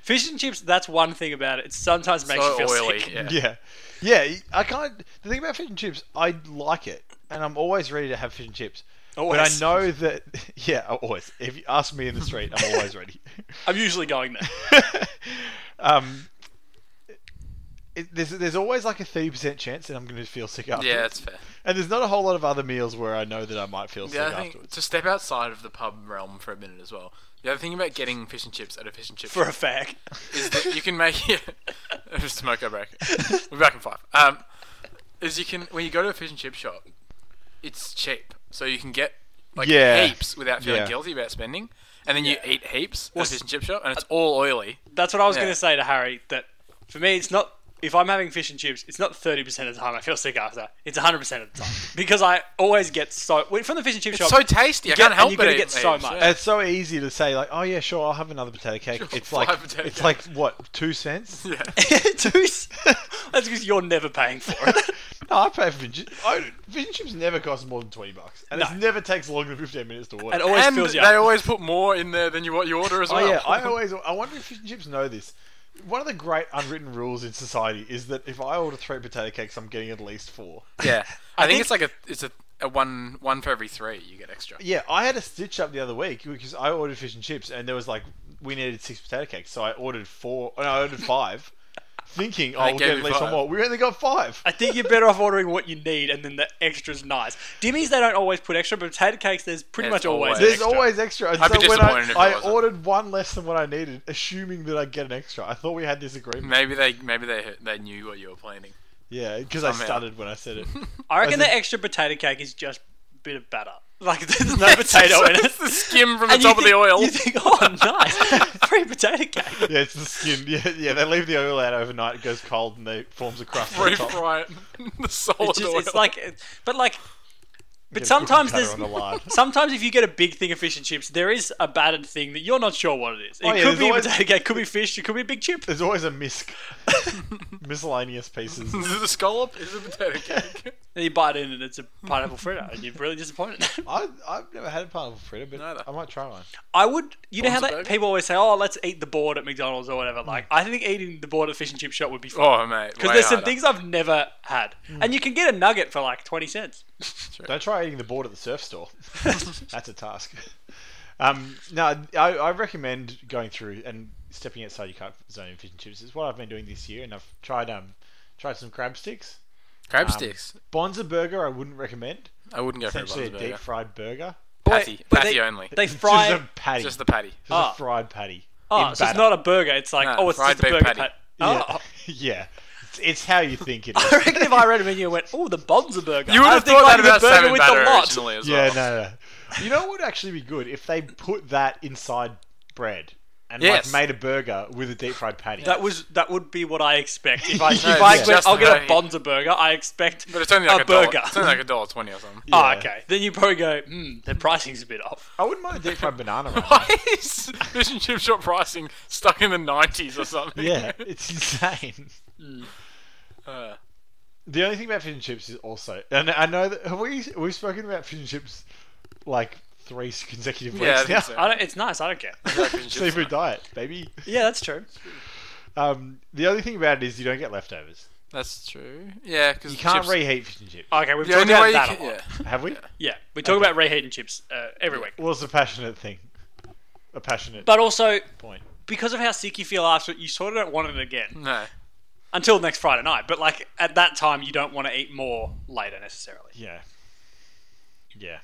[SPEAKER 2] Fish and chips, that's one thing about it. It sometimes makes
[SPEAKER 3] so
[SPEAKER 2] you feel
[SPEAKER 3] oily.
[SPEAKER 2] sick.
[SPEAKER 3] Yeah.
[SPEAKER 1] Yeah, yeah. I can't. The thing about fish and chips, I like it, and I'm always ready to have fish and chips.
[SPEAKER 2] Always.
[SPEAKER 1] But I know that, yeah, always. If you ask me in the street, I'm always ready.
[SPEAKER 2] I'm usually going there.
[SPEAKER 1] um, it, there's there's always like a thirty percent chance that I'm going to feel sick afterwards.
[SPEAKER 3] Yeah, that's fair.
[SPEAKER 1] and there's not a whole lot of other meals where I know that I might feel
[SPEAKER 3] The
[SPEAKER 1] sick
[SPEAKER 3] other thing,
[SPEAKER 1] afterwards.
[SPEAKER 3] to step outside of the pub realm for a minute as well. The other thing about getting fish and chips at a fish and chip
[SPEAKER 2] For a fag.
[SPEAKER 3] is that you can make it. smoke our break. We're back in five. Um, is you can when you go to a fish and chip shop, it's cheap, so you can get like
[SPEAKER 1] Yeah.
[SPEAKER 3] heaps without feeling
[SPEAKER 1] Yeah.
[SPEAKER 3] guilty about spending, and then you eat heaps at a
[SPEAKER 2] Well, uh,
[SPEAKER 3] fish and chip shop, and it's all oily.
[SPEAKER 2] That's what I was
[SPEAKER 3] Yeah.
[SPEAKER 2] going to say to Harry, that for me, it's not, if I'm having fish and chips, it's not 30% of the time I feel sick after. It's 100% of the time. because I always get so, well, from the fish and chip
[SPEAKER 3] It's
[SPEAKER 2] shop,
[SPEAKER 3] so tasty. I
[SPEAKER 2] get-
[SPEAKER 3] can't help
[SPEAKER 2] and you're
[SPEAKER 3] but
[SPEAKER 2] gonna
[SPEAKER 3] eat
[SPEAKER 2] get so
[SPEAKER 3] heaps,
[SPEAKER 2] much.
[SPEAKER 1] And it's so easy to say like, oh yeah, sure, I'll have another potato cake. it's like
[SPEAKER 3] five potato
[SPEAKER 1] it's like what two cents?
[SPEAKER 3] Yeah.
[SPEAKER 2] Dude, that's because you're never paying for it.
[SPEAKER 1] No, I pay for fish. and chi- I, fish and chips never cost more than twenty bucks, and
[SPEAKER 2] No.
[SPEAKER 1] it never takes longer than fifteen minutes to order.
[SPEAKER 2] It always
[SPEAKER 3] and
[SPEAKER 2] fills you
[SPEAKER 3] they
[SPEAKER 2] up.
[SPEAKER 3] always put more in there than you what you order as
[SPEAKER 1] oh
[SPEAKER 3] well.
[SPEAKER 1] yeah, I always. I wonder if fish and chips know this. One of the great unwritten rules in society is that if I order three potato cakes, I'm getting at least four.
[SPEAKER 3] Yeah. I, think,
[SPEAKER 2] think-
[SPEAKER 3] it's like a it's a, a one one for every three you get extra.
[SPEAKER 1] Yeah, I had a stitch up the other week because I ordered fish and chips, and there was like we needed six potato cakes, so I ordered four. No, I ordered five, thinking I
[SPEAKER 3] they
[SPEAKER 1] will
[SPEAKER 3] gave
[SPEAKER 1] get at
[SPEAKER 3] you
[SPEAKER 1] least
[SPEAKER 3] five.
[SPEAKER 1] one more. We only got five.
[SPEAKER 2] I think you're better off ordering what you need and then the extra's nice. Dimmies, they don't always put extra, but potato cakes, there's pretty
[SPEAKER 3] There's
[SPEAKER 2] much always,
[SPEAKER 3] always
[SPEAKER 1] There's
[SPEAKER 2] extra.
[SPEAKER 1] always extra. And
[SPEAKER 3] I'd
[SPEAKER 1] so
[SPEAKER 3] be
[SPEAKER 1] when
[SPEAKER 3] disappointed if there
[SPEAKER 1] I, I
[SPEAKER 3] wasn't.
[SPEAKER 1] ordered one less than what I needed, assuming that I'd get an extra. I thought we had this agreement.
[SPEAKER 3] Maybe they maybe they they knew what you were planning.
[SPEAKER 1] Yeah, because I
[SPEAKER 3] Somehow.
[SPEAKER 1] stuttered when I said it.
[SPEAKER 2] I
[SPEAKER 1] As
[SPEAKER 2] reckon
[SPEAKER 1] in-
[SPEAKER 2] the extra potato cake is just a bit of batter. Like there's no potato in it.
[SPEAKER 3] It's the skim from the
[SPEAKER 2] And you
[SPEAKER 3] top of the
[SPEAKER 2] think-
[SPEAKER 3] oil.
[SPEAKER 2] You think, oh, nice, free potato cake.
[SPEAKER 1] Yeah, it's the skin. Yeah, yeah, they leave the oil out overnight. It goes cold and they forms a crust on top.
[SPEAKER 3] Refry it. in the solid
[SPEAKER 2] It's just,
[SPEAKER 3] oil.
[SPEAKER 2] it's like, it- but like,
[SPEAKER 1] Get
[SPEAKER 2] but
[SPEAKER 1] a
[SPEAKER 2] sometimes
[SPEAKER 1] cookie
[SPEAKER 2] there's
[SPEAKER 1] cutter on the lard.
[SPEAKER 2] sometimes if you get a big thing of fish and chips, there is a battered thing that you're not sure what it is. It
[SPEAKER 1] Oh, yeah,
[SPEAKER 2] could
[SPEAKER 1] there's
[SPEAKER 2] be
[SPEAKER 1] always-
[SPEAKER 2] a potato cake, could be fish, it could be a big chip.
[SPEAKER 1] There's always a misc, miscellaneous pieces.
[SPEAKER 3] Is it a scallop? Is it a potato cake?
[SPEAKER 2] And you bite in and it's a pineapple fritter, and you're really disappointed.
[SPEAKER 1] I, I've never had a pineapple fritter, but
[SPEAKER 3] Neither.
[SPEAKER 1] I might try one.
[SPEAKER 2] I would, you know how
[SPEAKER 3] Bonza
[SPEAKER 2] that
[SPEAKER 3] burger?
[SPEAKER 2] people always say, "Oh, let's eat the board at McDonald's or whatever." Like, I think eating the board at fish and chip shop would be fun.
[SPEAKER 3] oh, mate.
[SPEAKER 2] Because
[SPEAKER 3] way
[SPEAKER 2] there's some
[SPEAKER 3] harder.
[SPEAKER 2] things I've never had. And you can get a nugget for like 20 cents.
[SPEAKER 1] Don't try eating the board at the surf store. That's a task. Um, no, I, I recommend going through and stepping outside your comfort zone in fish and chips. It's what I've been doing this year, and I've tried um tried some crab sticks.
[SPEAKER 3] Crab
[SPEAKER 1] Um,
[SPEAKER 3] sticks.
[SPEAKER 1] Bonza burger, I wouldn't recommend.
[SPEAKER 3] I wouldn't go for a
[SPEAKER 1] Essentially, a
[SPEAKER 3] Bonza burger.
[SPEAKER 1] deep fried burger.
[SPEAKER 3] Patty.
[SPEAKER 2] But
[SPEAKER 3] patty
[SPEAKER 2] they,
[SPEAKER 3] only.
[SPEAKER 2] They
[SPEAKER 1] Just
[SPEAKER 2] fry
[SPEAKER 1] a patty.
[SPEAKER 3] Just the patty.
[SPEAKER 1] It's
[SPEAKER 2] Oh.
[SPEAKER 1] a fried patty.
[SPEAKER 2] Oh,
[SPEAKER 1] in
[SPEAKER 2] so it's
[SPEAKER 1] batter.
[SPEAKER 2] not a burger. It's like,
[SPEAKER 3] No,
[SPEAKER 2] oh, it's
[SPEAKER 3] fried
[SPEAKER 2] just a
[SPEAKER 3] beef
[SPEAKER 2] burger
[SPEAKER 3] patty.
[SPEAKER 2] pat-
[SPEAKER 1] Yeah.
[SPEAKER 2] Oh.
[SPEAKER 1] yeah. It's, it's how you think it
[SPEAKER 2] I
[SPEAKER 1] is.
[SPEAKER 2] reckon if I read a menu and went, oh, the Bonza burger.
[SPEAKER 3] You would
[SPEAKER 2] I
[SPEAKER 3] have
[SPEAKER 2] think
[SPEAKER 3] thought that
[SPEAKER 2] like the
[SPEAKER 3] about
[SPEAKER 2] burger
[SPEAKER 3] salmon
[SPEAKER 2] with
[SPEAKER 3] batter
[SPEAKER 2] the lot.
[SPEAKER 3] originally as
[SPEAKER 1] yeah,
[SPEAKER 3] well.
[SPEAKER 1] no, no. You know what would actually be good if they put that inside bread and
[SPEAKER 3] Yes.
[SPEAKER 1] like made a burger with a deep fried patty.
[SPEAKER 2] That was that would be what I expect. If I, if
[SPEAKER 3] it's
[SPEAKER 2] I
[SPEAKER 1] just
[SPEAKER 2] expect, I'll get a
[SPEAKER 3] very-
[SPEAKER 2] Bonza burger. I expect
[SPEAKER 3] But it's only like a,
[SPEAKER 2] a burger.
[SPEAKER 3] Dollar. It's only like a dollar twenty or something.
[SPEAKER 2] Oh,
[SPEAKER 1] Yeah.
[SPEAKER 2] okay. Then you probably go, hmm, the pricing's a bit off.
[SPEAKER 1] I wouldn't mind a deep fried banana. Right now.
[SPEAKER 3] Why is fish and chip shop pricing stuck in the nineties or something?
[SPEAKER 1] Yeah, it's insane.
[SPEAKER 3] Uh,
[SPEAKER 1] The only thing about fish and chips is also, and I know that have we we've spoken about fish and chips like three consecutive
[SPEAKER 3] Yeah, I
[SPEAKER 1] weeks
[SPEAKER 3] think
[SPEAKER 1] now.
[SPEAKER 3] so.
[SPEAKER 2] I don't, it's nice. I don't care.
[SPEAKER 3] Exactly, just-
[SPEAKER 1] Seafood diet, baby.
[SPEAKER 2] yeah, that's true.
[SPEAKER 1] Um, the only thing about it is you don't get leftovers.
[SPEAKER 3] That's true. Yeah, because
[SPEAKER 1] You can't reheat fish and chips.
[SPEAKER 2] Okay, we've
[SPEAKER 3] The
[SPEAKER 2] talked
[SPEAKER 3] only
[SPEAKER 2] about
[SPEAKER 3] way you
[SPEAKER 2] that
[SPEAKER 3] can,
[SPEAKER 2] a lot.
[SPEAKER 3] yeah.
[SPEAKER 1] Have we?
[SPEAKER 2] Oh, Yeah, we talk about reheat and chips uh, every week.
[SPEAKER 1] Well, it's a passionate thing. A passionate
[SPEAKER 2] But also,
[SPEAKER 1] point.
[SPEAKER 2] because of how sick you feel after it, you sort of don't want it again
[SPEAKER 3] No.
[SPEAKER 2] until next Friday night. But like at that time, you don't want to eat more later necessarily.
[SPEAKER 1] Yeah. Yeah.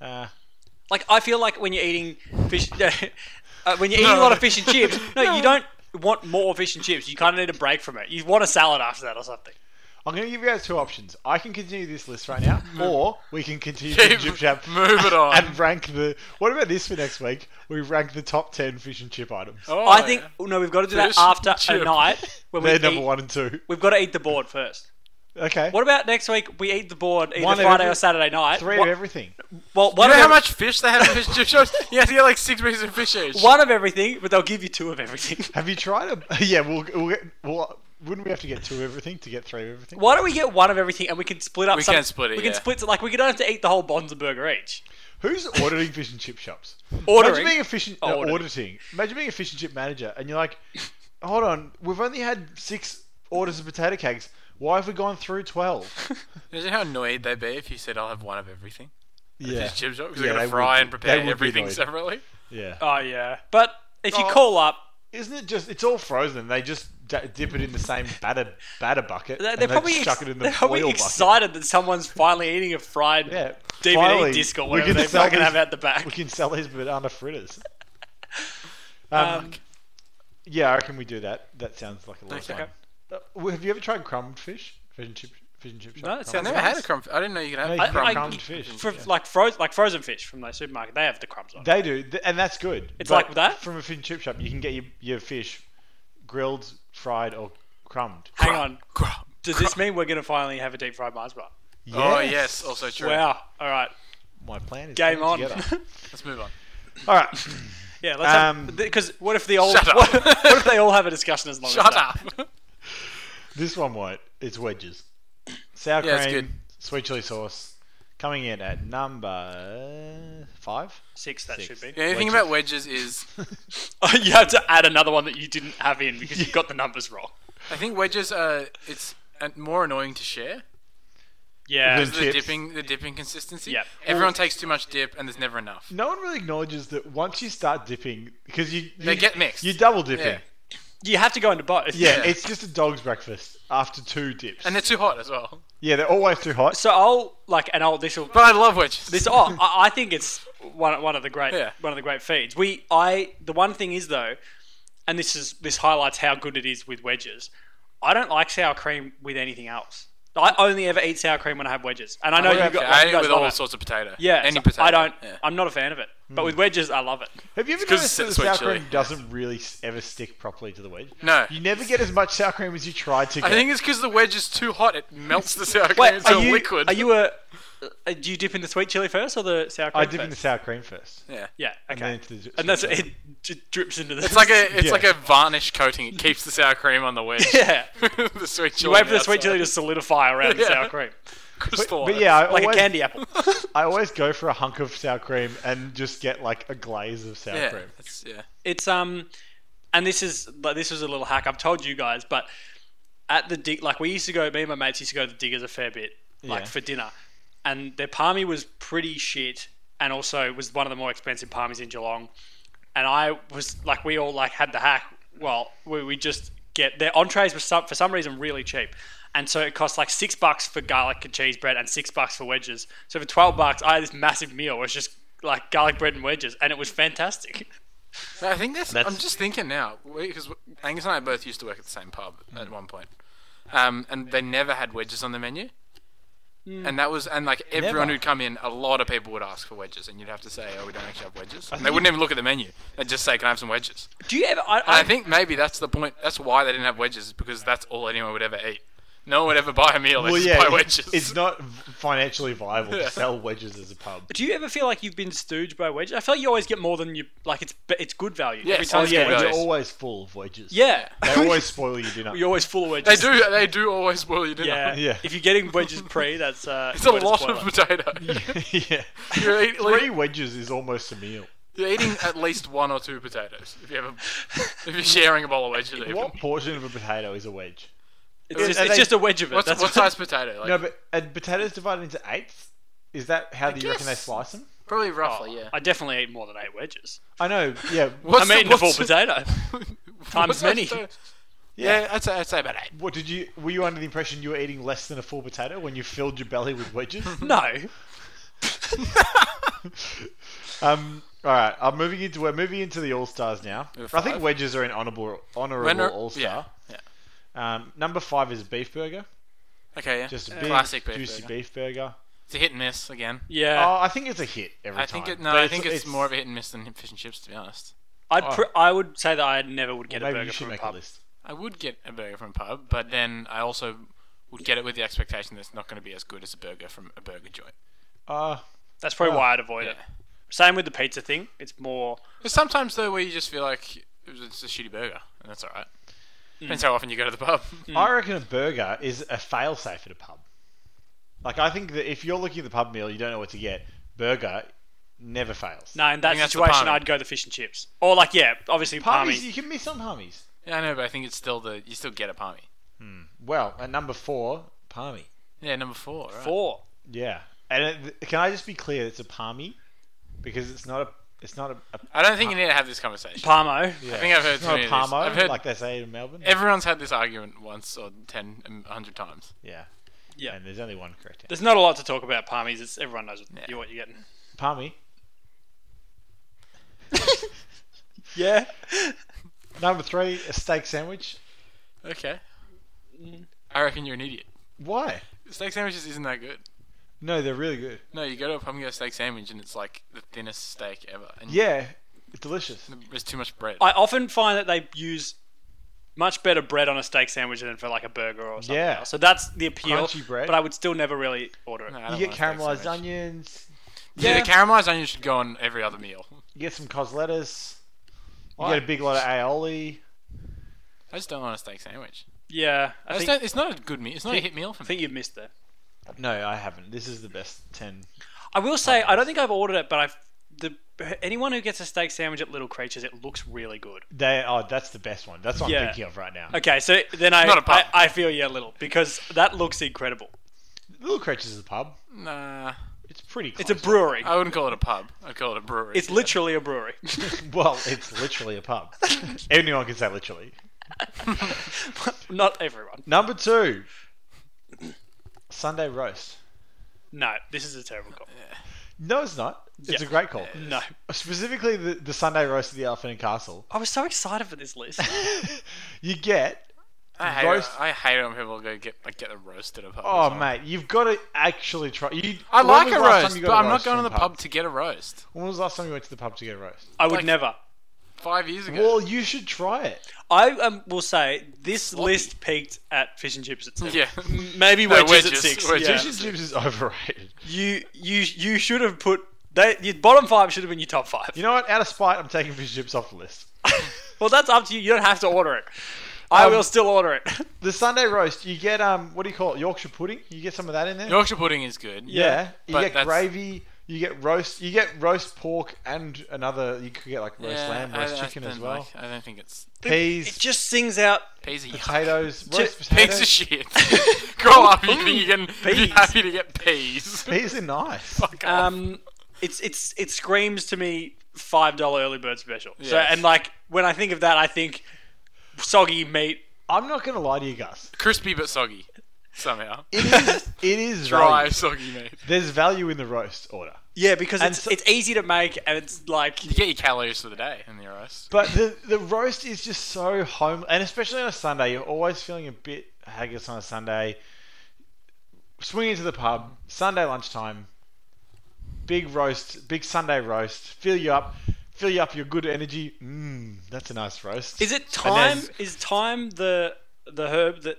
[SPEAKER 1] Uh,
[SPEAKER 2] Like I feel like when you're eating fish, uh, when you're eating a lot of fish and chips, no, you don't want more fish and chips. You kind of need a break from it. You want a salad after that or something.
[SPEAKER 1] I'm going to give you guys two options. I can continue this list right now, or we can continue the Jib Jab
[SPEAKER 3] Move it on.
[SPEAKER 1] and rank the. What about this for next week? We rank the top 10 fish and chip items.
[SPEAKER 3] Oh,
[SPEAKER 2] I think
[SPEAKER 3] yeah.
[SPEAKER 2] no, we've got to do
[SPEAKER 3] Fish
[SPEAKER 2] that after
[SPEAKER 3] and chip.
[SPEAKER 2] a night when we
[SPEAKER 1] They're
[SPEAKER 2] eat,
[SPEAKER 1] number one and two.
[SPEAKER 2] We've got to eat the board first.
[SPEAKER 1] Okay.
[SPEAKER 2] What about next week? We eat the board either
[SPEAKER 1] One of
[SPEAKER 2] Friday or
[SPEAKER 1] every-
[SPEAKER 2] Saturday night.
[SPEAKER 1] Three
[SPEAKER 2] What-
[SPEAKER 1] of everything.
[SPEAKER 2] Well,
[SPEAKER 3] You
[SPEAKER 2] one
[SPEAKER 3] know
[SPEAKER 2] of
[SPEAKER 3] how
[SPEAKER 2] every-
[SPEAKER 3] much fish they have in fish and chip shops? You have to get like six pieces of fish each.
[SPEAKER 2] one of everything, but they'll give you two of everything.
[SPEAKER 1] Have you tried a. Yeah, we'll, we'll get. Well, wouldn't we have to get two of everything to get three of everything?
[SPEAKER 2] Why don't we get one of everything and we can split up?
[SPEAKER 3] We
[SPEAKER 2] some-
[SPEAKER 3] can split it,
[SPEAKER 2] We can
[SPEAKER 3] yeah.
[SPEAKER 2] split like we don't have to eat the whole Bonza burger each.
[SPEAKER 1] Who's auditing fish and chip shops? Imagine being
[SPEAKER 2] Ordering.
[SPEAKER 1] a fish and,
[SPEAKER 2] Oh,
[SPEAKER 1] no,
[SPEAKER 2] auditing.
[SPEAKER 1] auditing. Imagine being a fish and chip manager, and you're like, "Hold on, we've only had six orders of potato cakes. Why have we gone through 12?
[SPEAKER 3] Imagine how annoyed they'd be if you said, I'll have one of everything.
[SPEAKER 1] yeah,
[SPEAKER 3] Fish and chip shop, because
[SPEAKER 1] Yeah,
[SPEAKER 3] they're going
[SPEAKER 1] they
[SPEAKER 3] to fry
[SPEAKER 1] would be-
[SPEAKER 3] and
[SPEAKER 1] they would
[SPEAKER 3] prepare
[SPEAKER 1] be
[SPEAKER 3] everything
[SPEAKER 1] annoyed.
[SPEAKER 3] separately.
[SPEAKER 1] yeah.
[SPEAKER 2] Oh yeah, but if you
[SPEAKER 1] Oh.
[SPEAKER 2] call up,
[SPEAKER 1] Isn't it just? It's all frozen. They just d- dip it in the same batter batter bucket.
[SPEAKER 2] they're,
[SPEAKER 1] and
[SPEAKER 2] they're
[SPEAKER 1] they
[SPEAKER 2] probably
[SPEAKER 1] chuck it in the
[SPEAKER 2] they're probably
[SPEAKER 1] foil
[SPEAKER 2] excited that someone's finally eating a fried
[SPEAKER 1] bucket. Yeah,
[SPEAKER 2] DVD
[SPEAKER 1] finally,
[SPEAKER 2] disc or
[SPEAKER 1] we
[SPEAKER 2] whatever
[SPEAKER 1] can
[SPEAKER 2] they
[SPEAKER 1] sell
[SPEAKER 2] fucking
[SPEAKER 1] these-
[SPEAKER 2] have out the back.
[SPEAKER 1] We can sell these banana fritters. Um,
[SPEAKER 2] Um,
[SPEAKER 1] yeah, I reckon we do that. That sounds like a lot of
[SPEAKER 3] Okay.
[SPEAKER 1] fun. Uh, well, have you ever tried crumbed fish? Fish and chip. Fish and chip shop.
[SPEAKER 2] No, it
[SPEAKER 1] crumbed
[SPEAKER 2] sounds
[SPEAKER 3] I never had a crumb. I didn't know you could have
[SPEAKER 1] No, you
[SPEAKER 3] crumb.
[SPEAKER 2] I-
[SPEAKER 1] crumbed fish.
[SPEAKER 2] for,
[SPEAKER 1] yeah.
[SPEAKER 2] like frozen like frozen fish from the supermarket, they have the crumbs on. it.
[SPEAKER 1] They do, th- and that's good.
[SPEAKER 2] It's
[SPEAKER 1] But
[SPEAKER 2] like that?
[SPEAKER 1] from a fish and chip shop. You can get your, your fish grilled, fried, or crumbed.
[SPEAKER 2] Hang on,
[SPEAKER 3] Crumb.
[SPEAKER 2] does this mean we're gonna finally have a deep fried Mars bar?
[SPEAKER 3] Oh, yes, also true.
[SPEAKER 2] Wow. All right.
[SPEAKER 1] My plan is
[SPEAKER 2] Game
[SPEAKER 1] coming
[SPEAKER 2] on.
[SPEAKER 1] together.
[SPEAKER 3] Let's move on.
[SPEAKER 1] All right.
[SPEAKER 2] Yeah, let's have
[SPEAKER 1] Um,
[SPEAKER 2] because what if the all
[SPEAKER 3] Shut up.
[SPEAKER 2] what, what if they all have a discussion as long as
[SPEAKER 3] Shut
[SPEAKER 2] that?
[SPEAKER 3] up.
[SPEAKER 1] This one won't. It's wedges. Sour
[SPEAKER 3] Yeah, it's
[SPEAKER 1] cream,
[SPEAKER 3] good.
[SPEAKER 1] sweet chili sauce. Coming in at number five.
[SPEAKER 2] Six, that
[SPEAKER 1] Six.
[SPEAKER 2] should be.
[SPEAKER 3] The only thing about wedges is,
[SPEAKER 2] Oh, you have to add another one that you didn't have in because you got the numbers wrong.
[SPEAKER 3] I think wedges are, it's uh, more annoying to share.
[SPEAKER 2] Yeah.
[SPEAKER 1] Because-
[SPEAKER 3] The
[SPEAKER 1] Chips.
[SPEAKER 3] dipping, the dipping consistency.
[SPEAKER 2] Yep.
[SPEAKER 3] Everyone takes too much dip, and there's never enough.
[SPEAKER 1] No one really acknowledges that once you start dipping, because you, you
[SPEAKER 3] They get mixed.
[SPEAKER 1] You're double dipping.
[SPEAKER 3] Yeah.
[SPEAKER 1] Yeah.
[SPEAKER 2] You have to go into both.
[SPEAKER 1] it's just a dog's breakfast after two dips.
[SPEAKER 3] and they're too hot as well.
[SPEAKER 1] yeah, they're always too hot.
[SPEAKER 2] So I'll like and I'll this will
[SPEAKER 3] But I love wedges.
[SPEAKER 2] this oh I, I think it's one one of the great
[SPEAKER 3] Yeah.
[SPEAKER 2] one of the great feeds. We I the one thing is though, and this is this highlights how good it is with wedges. I don't like sour cream with anything else. I only ever eat sour cream when I have wedges, and I know you got
[SPEAKER 3] Okay,
[SPEAKER 2] like,
[SPEAKER 3] I
[SPEAKER 2] you
[SPEAKER 3] eat it
[SPEAKER 2] guys
[SPEAKER 3] with
[SPEAKER 2] love
[SPEAKER 3] all
[SPEAKER 2] it.
[SPEAKER 3] sorts of potato.
[SPEAKER 2] Yeah, Hmm.
[SPEAKER 3] any
[SPEAKER 2] so
[SPEAKER 3] potato.
[SPEAKER 2] I don't.
[SPEAKER 3] Yeah.
[SPEAKER 2] I'm not a fan of it, but with wedges, I love it.
[SPEAKER 1] Have you ever
[SPEAKER 3] 'cause
[SPEAKER 1] noticed that
[SPEAKER 3] it's
[SPEAKER 1] the
[SPEAKER 3] sweet
[SPEAKER 1] sour
[SPEAKER 3] chili.
[SPEAKER 1] cream doesn't really s- ever stick properly to the wedge?
[SPEAKER 3] No.
[SPEAKER 1] You never get as much sour cream as you try to get.
[SPEAKER 3] I think it's because the wedge is too hot. It melts the sour cream
[SPEAKER 2] Wait,
[SPEAKER 3] into
[SPEAKER 2] are you
[SPEAKER 3] liquid.
[SPEAKER 2] are you a? Uh, do you dip in the sweet chili first or the sour cream?
[SPEAKER 1] I dip in the
[SPEAKER 2] first?
[SPEAKER 1] sour cream first.
[SPEAKER 3] yeah.
[SPEAKER 2] Yeah, okay.
[SPEAKER 1] then
[SPEAKER 2] And,
[SPEAKER 1] into the-
[SPEAKER 2] that's it. j- drips into the.
[SPEAKER 3] It's like a it's
[SPEAKER 1] Yeah.
[SPEAKER 3] like a varnish coating. It keeps the sour cream on the wedge.
[SPEAKER 2] yeah.
[SPEAKER 3] the sweet chili.
[SPEAKER 2] You wait for the sweet chili
[SPEAKER 3] outside.
[SPEAKER 2] to solidify around the
[SPEAKER 3] Yeah.
[SPEAKER 2] sour cream,
[SPEAKER 3] crystallize.
[SPEAKER 1] But yeah, I
[SPEAKER 2] like
[SPEAKER 1] always,
[SPEAKER 2] a candy apple.
[SPEAKER 1] I always go for a hunk of sour cream and just get like a glaze of sour
[SPEAKER 3] yeah.
[SPEAKER 1] cream.
[SPEAKER 3] That's, yeah.
[SPEAKER 2] It's um, and this is like this was a little hack I've told you guys, but at the dig, like we used to go, me and my mates used to go to the diggers a fair bit, like
[SPEAKER 1] Yeah.
[SPEAKER 2] for dinner, and their palmy was pretty shit, and also was one of the more expensive palmies in Geelong, and I was like, we all like had the hack. Well, we we just get their entrees were some, for some reason really cheap. And so it cost like six bucks for garlic and cheese bread and six bucks for wedges. So for twelve bucks, I had this massive meal. It was just like garlic bread and wedges, and it was fantastic.
[SPEAKER 3] No, I think that's,
[SPEAKER 1] That's-
[SPEAKER 3] I'm just thinking now because Angus and I both used to work at the same pub
[SPEAKER 1] Mm.
[SPEAKER 3] at one point, um, and they never had wedges on the menu.
[SPEAKER 2] Mm.
[SPEAKER 3] And that was, and like everyone
[SPEAKER 1] Never.
[SPEAKER 3] who'd come in, a lot of people would ask for wedges, and you'd have to say, "Oh, we don't actually have wedges." And they wouldn't even look at the menu; they'd just say, "Can I have some wedges?"
[SPEAKER 2] Do you ever? I,
[SPEAKER 3] And I think maybe that's the point. That's why they didn't have wedges, is because that's all anyone would ever eat. No one would ever buy a meal. They
[SPEAKER 1] Well,
[SPEAKER 3] just
[SPEAKER 1] yeah,
[SPEAKER 3] buy
[SPEAKER 1] it-
[SPEAKER 3] wedges.
[SPEAKER 1] it's not v- financially viable
[SPEAKER 3] Yeah.
[SPEAKER 1] to sell wedges as a pub.
[SPEAKER 2] Do you ever feel like you've been stooged by wedges? I feel like you always get more than you like. It's it's good value
[SPEAKER 3] Yes,
[SPEAKER 2] every time.
[SPEAKER 3] always
[SPEAKER 2] you
[SPEAKER 3] good
[SPEAKER 2] get
[SPEAKER 1] Yeah,
[SPEAKER 3] value.
[SPEAKER 2] wedges.
[SPEAKER 1] you're always full of wedges.
[SPEAKER 2] Yeah,
[SPEAKER 1] they always spoil your dinner.
[SPEAKER 2] you're always full of wedges.
[SPEAKER 3] they do. They do always spoil you dinner.
[SPEAKER 2] Yeah.
[SPEAKER 1] Yeah.
[SPEAKER 2] If you're getting wedges pre, that's uh,
[SPEAKER 3] It's a
[SPEAKER 2] quite
[SPEAKER 3] lot
[SPEAKER 2] spoiler.
[SPEAKER 3] of potato.
[SPEAKER 1] yeah,
[SPEAKER 3] You're, eat, like,
[SPEAKER 1] three wedges is almost a meal.
[SPEAKER 3] you're eating at least one or two potatoes if you have a, if you're sharing a bowl of wedges. Even.
[SPEAKER 1] What portion of a potato is a wedge?
[SPEAKER 2] It's, just,
[SPEAKER 1] Are
[SPEAKER 2] it's
[SPEAKER 1] they-
[SPEAKER 2] just a wedge of it.
[SPEAKER 3] What's,
[SPEAKER 2] that's
[SPEAKER 3] what
[SPEAKER 2] what-
[SPEAKER 3] size potato? Like,
[SPEAKER 1] No, but are potatoes divided into eighths? Is that how do you reckon they
[SPEAKER 3] guess.
[SPEAKER 1] slice them?
[SPEAKER 3] probably roughly. Yeah.
[SPEAKER 2] Oh, I definitely eat more than eight wedges.
[SPEAKER 1] I know. Yeah.
[SPEAKER 3] What's
[SPEAKER 2] I'm eating a full
[SPEAKER 3] what's-
[SPEAKER 2] potato. Times
[SPEAKER 3] what's
[SPEAKER 2] many.
[SPEAKER 3] that sto- Yeah, I'd, say, I'd say about eight.
[SPEAKER 1] What did you? Were you under the impression you were eating less than a full potato when you filled your belly with wedges?
[SPEAKER 2] No.
[SPEAKER 1] um. All right. I'm moving into. We're moving into the all stars now.
[SPEAKER 3] Number
[SPEAKER 1] I think
[SPEAKER 3] five.
[SPEAKER 1] wedges are an honorable
[SPEAKER 3] When
[SPEAKER 1] honorable
[SPEAKER 3] are-
[SPEAKER 1] all
[SPEAKER 3] yeah,
[SPEAKER 1] star.
[SPEAKER 3] yeah.
[SPEAKER 1] Um, number five is beef burger.
[SPEAKER 3] Okay, yeah.
[SPEAKER 1] Just a
[SPEAKER 3] Uh,
[SPEAKER 1] big,
[SPEAKER 3] classic beef
[SPEAKER 1] juicy
[SPEAKER 3] burger.
[SPEAKER 1] beef burger.
[SPEAKER 3] It's a hit and miss again.
[SPEAKER 2] Yeah.
[SPEAKER 1] Oh, I think it's a hit every
[SPEAKER 3] I
[SPEAKER 1] time.
[SPEAKER 3] think it, no,
[SPEAKER 1] But
[SPEAKER 3] I think it's, more of a hit and miss than fish and chips, to be honest. Oh.
[SPEAKER 2] I'd pr- I would say that I never would get a
[SPEAKER 1] Maybe
[SPEAKER 2] burger
[SPEAKER 1] you should
[SPEAKER 2] from a
[SPEAKER 1] make
[SPEAKER 2] pub.
[SPEAKER 1] a list.
[SPEAKER 3] I would get a burger from a pub, but then I also would get it with the expectation that it's not going to be as good as a burger from a burger joint.
[SPEAKER 1] Uh,
[SPEAKER 2] That's probably
[SPEAKER 1] Oh,
[SPEAKER 2] why I'd avoid it.
[SPEAKER 3] yeah.
[SPEAKER 2] Same with the pizza thing. It's more.
[SPEAKER 3] There's sometimes though where you just feel like it's a shitty burger, and that's all right.
[SPEAKER 1] Mm.
[SPEAKER 3] Depends how often you go to the pub.
[SPEAKER 1] I reckon a burger is a failsafe at a pub. Like I think that if you're looking at the pub meal, you don't know what to get. Burger never fails.
[SPEAKER 2] No, in that
[SPEAKER 3] think that's the
[SPEAKER 2] situation,
[SPEAKER 3] palmy.
[SPEAKER 2] I'd go the fish and chips. Or like, yeah, obviously
[SPEAKER 1] Palmies,
[SPEAKER 2] palmy.
[SPEAKER 1] you can miss some palmies.
[SPEAKER 3] yeah, I know, but I think it's still the you still get a palmy.
[SPEAKER 1] Well, at number four, palmy.
[SPEAKER 3] Yeah, number four. Right?
[SPEAKER 2] Four.
[SPEAKER 1] Yeah, and it, can I just be clear? It's a palmy because it's not a. It's not a. a
[SPEAKER 3] I don't think you need to have this conversation.
[SPEAKER 2] Palmo.
[SPEAKER 1] yeah.
[SPEAKER 3] think I've heard
[SPEAKER 1] it's
[SPEAKER 3] too
[SPEAKER 1] not
[SPEAKER 3] many
[SPEAKER 1] a
[SPEAKER 3] of these.
[SPEAKER 1] palmo,
[SPEAKER 3] I've heard-
[SPEAKER 1] like they say in Melbourne.
[SPEAKER 3] Everyone's had this argument once or ten, um, a hundred times.
[SPEAKER 1] yeah,
[SPEAKER 2] Yeah.
[SPEAKER 1] and there's only one correct answer.
[SPEAKER 2] There's not a lot to talk about palmies. It's everyone knows what,
[SPEAKER 3] Yeah.
[SPEAKER 2] you're, what you're getting.
[SPEAKER 1] Palmy.
[SPEAKER 2] Yeah.
[SPEAKER 1] Number three, a steak sandwich.
[SPEAKER 3] Okay. I reckon you're an idiot.
[SPEAKER 1] Why?
[SPEAKER 3] Steak sandwiches isn't that good.
[SPEAKER 1] No, they're really good.
[SPEAKER 3] No, you go to a pub and get a steak sandwich, and it's like the thinnest steak ever. And
[SPEAKER 1] Yeah, it's delicious.
[SPEAKER 3] there's too much bread.
[SPEAKER 2] I often find that they use much better bread on a steak sandwich than for like a burger or something.
[SPEAKER 1] Yeah.
[SPEAKER 2] Else. So that's the appeal.
[SPEAKER 1] Crunchy bread.
[SPEAKER 2] But I would still never really order it.
[SPEAKER 3] No, I don't
[SPEAKER 1] You get
[SPEAKER 3] want a steak
[SPEAKER 1] caramelized
[SPEAKER 3] sandwich.
[SPEAKER 1] onions.
[SPEAKER 3] Yeah,
[SPEAKER 2] Yeah.
[SPEAKER 3] the caramelized onion should go on every other meal.
[SPEAKER 1] You get some cos lettuce. You
[SPEAKER 3] Why?
[SPEAKER 1] get a big lot of aioli.
[SPEAKER 3] I just don't want a steak sandwich.
[SPEAKER 2] Yeah. I
[SPEAKER 3] I just
[SPEAKER 2] think,
[SPEAKER 3] don't, it's not a good meal. It's not a hit meal for
[SPEAKER 2] I
[SPEAKER 3] me.
[SPEAKER 2] think you've missed there.
[SPEAKER 1] No, I haven't. This is the best ten.
[SPEAKER 2] I will say I don't think I've ordered it, but I've the anyone who gets a steak sandwich at Little Creatures, it looks really good.
[SPEAKER 1] They oh, that's the best one. That's what
[SPEAKER 2] Yeah.
[SPEAKER 1] I'm thinking of right now.
[SPEAKER 2] Okay, so then I
[SPEAKER 3] Not a pub.
[SPEAKER 2] I, I feel yeah, little because that looks incredible.
[SPEAKER 1] Little Creatures is a pub.
[SPEAKER 3] Nah,
[SPEAKER 1] It's pretty. Close.
[SPEAKER 2] It's a brewery.
[SPEAKER 3] I wouldn't call it a pub. I'd call it a brewery.
[SPEAKER 2] It's literally a brewery.
[SPEAKER 1] well, it's literally a pub. Anyone can say literally.
[SPEAKER 2] Not everyone.
[SPEAKER 1] Number two, Sunday roast.
[SPEAKER 2] No, this is a terrible call.
[SPEAKER 1] No, it's not. It's
[SPEAKER 2] Yeah.
[SPEAKER 1] a great call.
[SPEAKER 2] No,
[SPEAKER 1] Specifically, the, the Sunday roast at the Elephant and Castle.
[SPEAKER 2] I was so excited for this list.
[SPEAKER 1] you get
[SPEAKER 3] I hate,
[SPEAKER 1] roast-
[SPEAKER 3] it. I hate it when people go get like get a roast at a pub. or
[SPEAKER 1] Oh
[SPEAKER 3] something.
[SPEAKER 1] mate, you've got to actually try. You,
[SPEAKER 3] I
[SPEAKER 1] when
[SPEAKER 3] like
[SPEAKER 1] was
[SPEAKER 3] a
[SPEAKER 1] the last time
[SPEAKER 3] roast,
[SPEAKER 1] you
[SPEAKER 3] but
[SPEAKER 1] got a
[SPEAKER 3] I'm not
[SPEAKER 1] roast
[SPEAKER 3] going to
[SPEAKER 1] from
[SPEAKER 3] the
[SPEAKER 1] pubs?
[SPEAKER 3] pub to get a roast.
[SPEAKER 1] When was the last time you went to the pub to get a roast?
[SPEAKER 2] I would
[SPEAKER 3] Like-
[SPEAKER 2] never.
[SPEAKER 3] Five years ago.
[SPEAKER 1] Well, you should try it.
[SPEAKER 2] I um, will say this list peaked at fish and chips at seven.
[SPEAKER 3] yeah.
[SPEAKER 2] Maybe
[SPEAKER 3] No,
[SPEAKER 2] wedges,
[SPEAKER 3] wedges.
[SPEAKER 2] at six.
[SPEAKER 3] Wedges.
[SPEAKER 2] Yeah.
[SPEAKER 1] Fish and chips is overrated.
[SPEAKER 2] You you you should have put that. Your bottom five should have been your top five.
[SPEAKER 1] You know what? Out of spite, I'm taking fish and chips off the list.
[SPEAKER 2] well, that's up to you. You don't have to order it. I
[SPEAKER 1] Um,
[SPEAKER 2] will still order it.
[SPEAKER 1] The Sunday roast, you get um, what do you call it? Yorkshire pudding. You get some of that in there.
[SPEAKER 3] Yorkshire pudding is good.
[SPEAKER 1] yeah. you
[SPEAKER 3] but
[SPEAKER 1] get
[SPEAKER 3] that's-
[SPEAKER 1] gravy. You get roast. You get roast pork and another. You could get like roast
[SPEAKER 3] Yeah,
[SPEAKER 1] lamb,
[SPEAKER 3] I-
[SPEAKER 1] roast
[SPEAKER 3] I
[SPEAKER 1] chicken as
[SPEAKER 3] don't
[SPEAKER 1] well.
[SPEAKER 3] like- I don't think it's
[SPEAKER 2] it
[SPEAKER 1] Peas,
[SPEAKER 2] just sings out.
[SPEAKER 3] peas are yuck.
[SPEAKER 1] potatoes, roast
[SPEAKER 3] Pigs are
[SPEAKER 1] potatoes.
[SPEAKER 3] shit. Grow up. You think you can be
[SPEAKER 2] Peas.
[SPEAKER 3] happy to get peas?
[SPEAKER 1] Peas are nice.
[SPEAKER 3] Fuck off.
[SPEAKER 2] Um, it's it's it screams to me five dollar early bird special. So
[SPEAKER 3] Yes.
[SPEAKER 2] and like when I think of that, I think soggy meat.
[SPEAKER 1] I'm not gonna lie to you, Gus.
[SPEAKER 3] Crispy but soggy. Somehow.
[SPEAKER 1] It is. it is
[SPEAKER 3] Dry
[SPEAKER 1] value.
[SPEAKER 3] soggy meat.
[SPEAKER 1] There's value in the roast order.
[SPEAKER 2] Yeah, because
[SPEAKER 1] And
[SPEAKER 2] it's
[SPEAKER 1] so-
[SPEAKER 2] it's easy to make and it's like
[SPEAKER 3] You get your calories for the day in your rice.
[SPEAKER 1] But the the roast is just so home, and especially on a Sunday, you're always feeling a bit haggis on a Sunday. Swing into the pub Sunday lunchtime. Big roast, big Sunday roast. Fill you up, fill you up your good energy. Mmm, that's a nice roast.
[SPEAKER 2] is it
[SPEAKER 1] And
[SPEAKER 2] time?
[SPEAKER 1] there's-
[SPEAKER 2] Is time the the herb that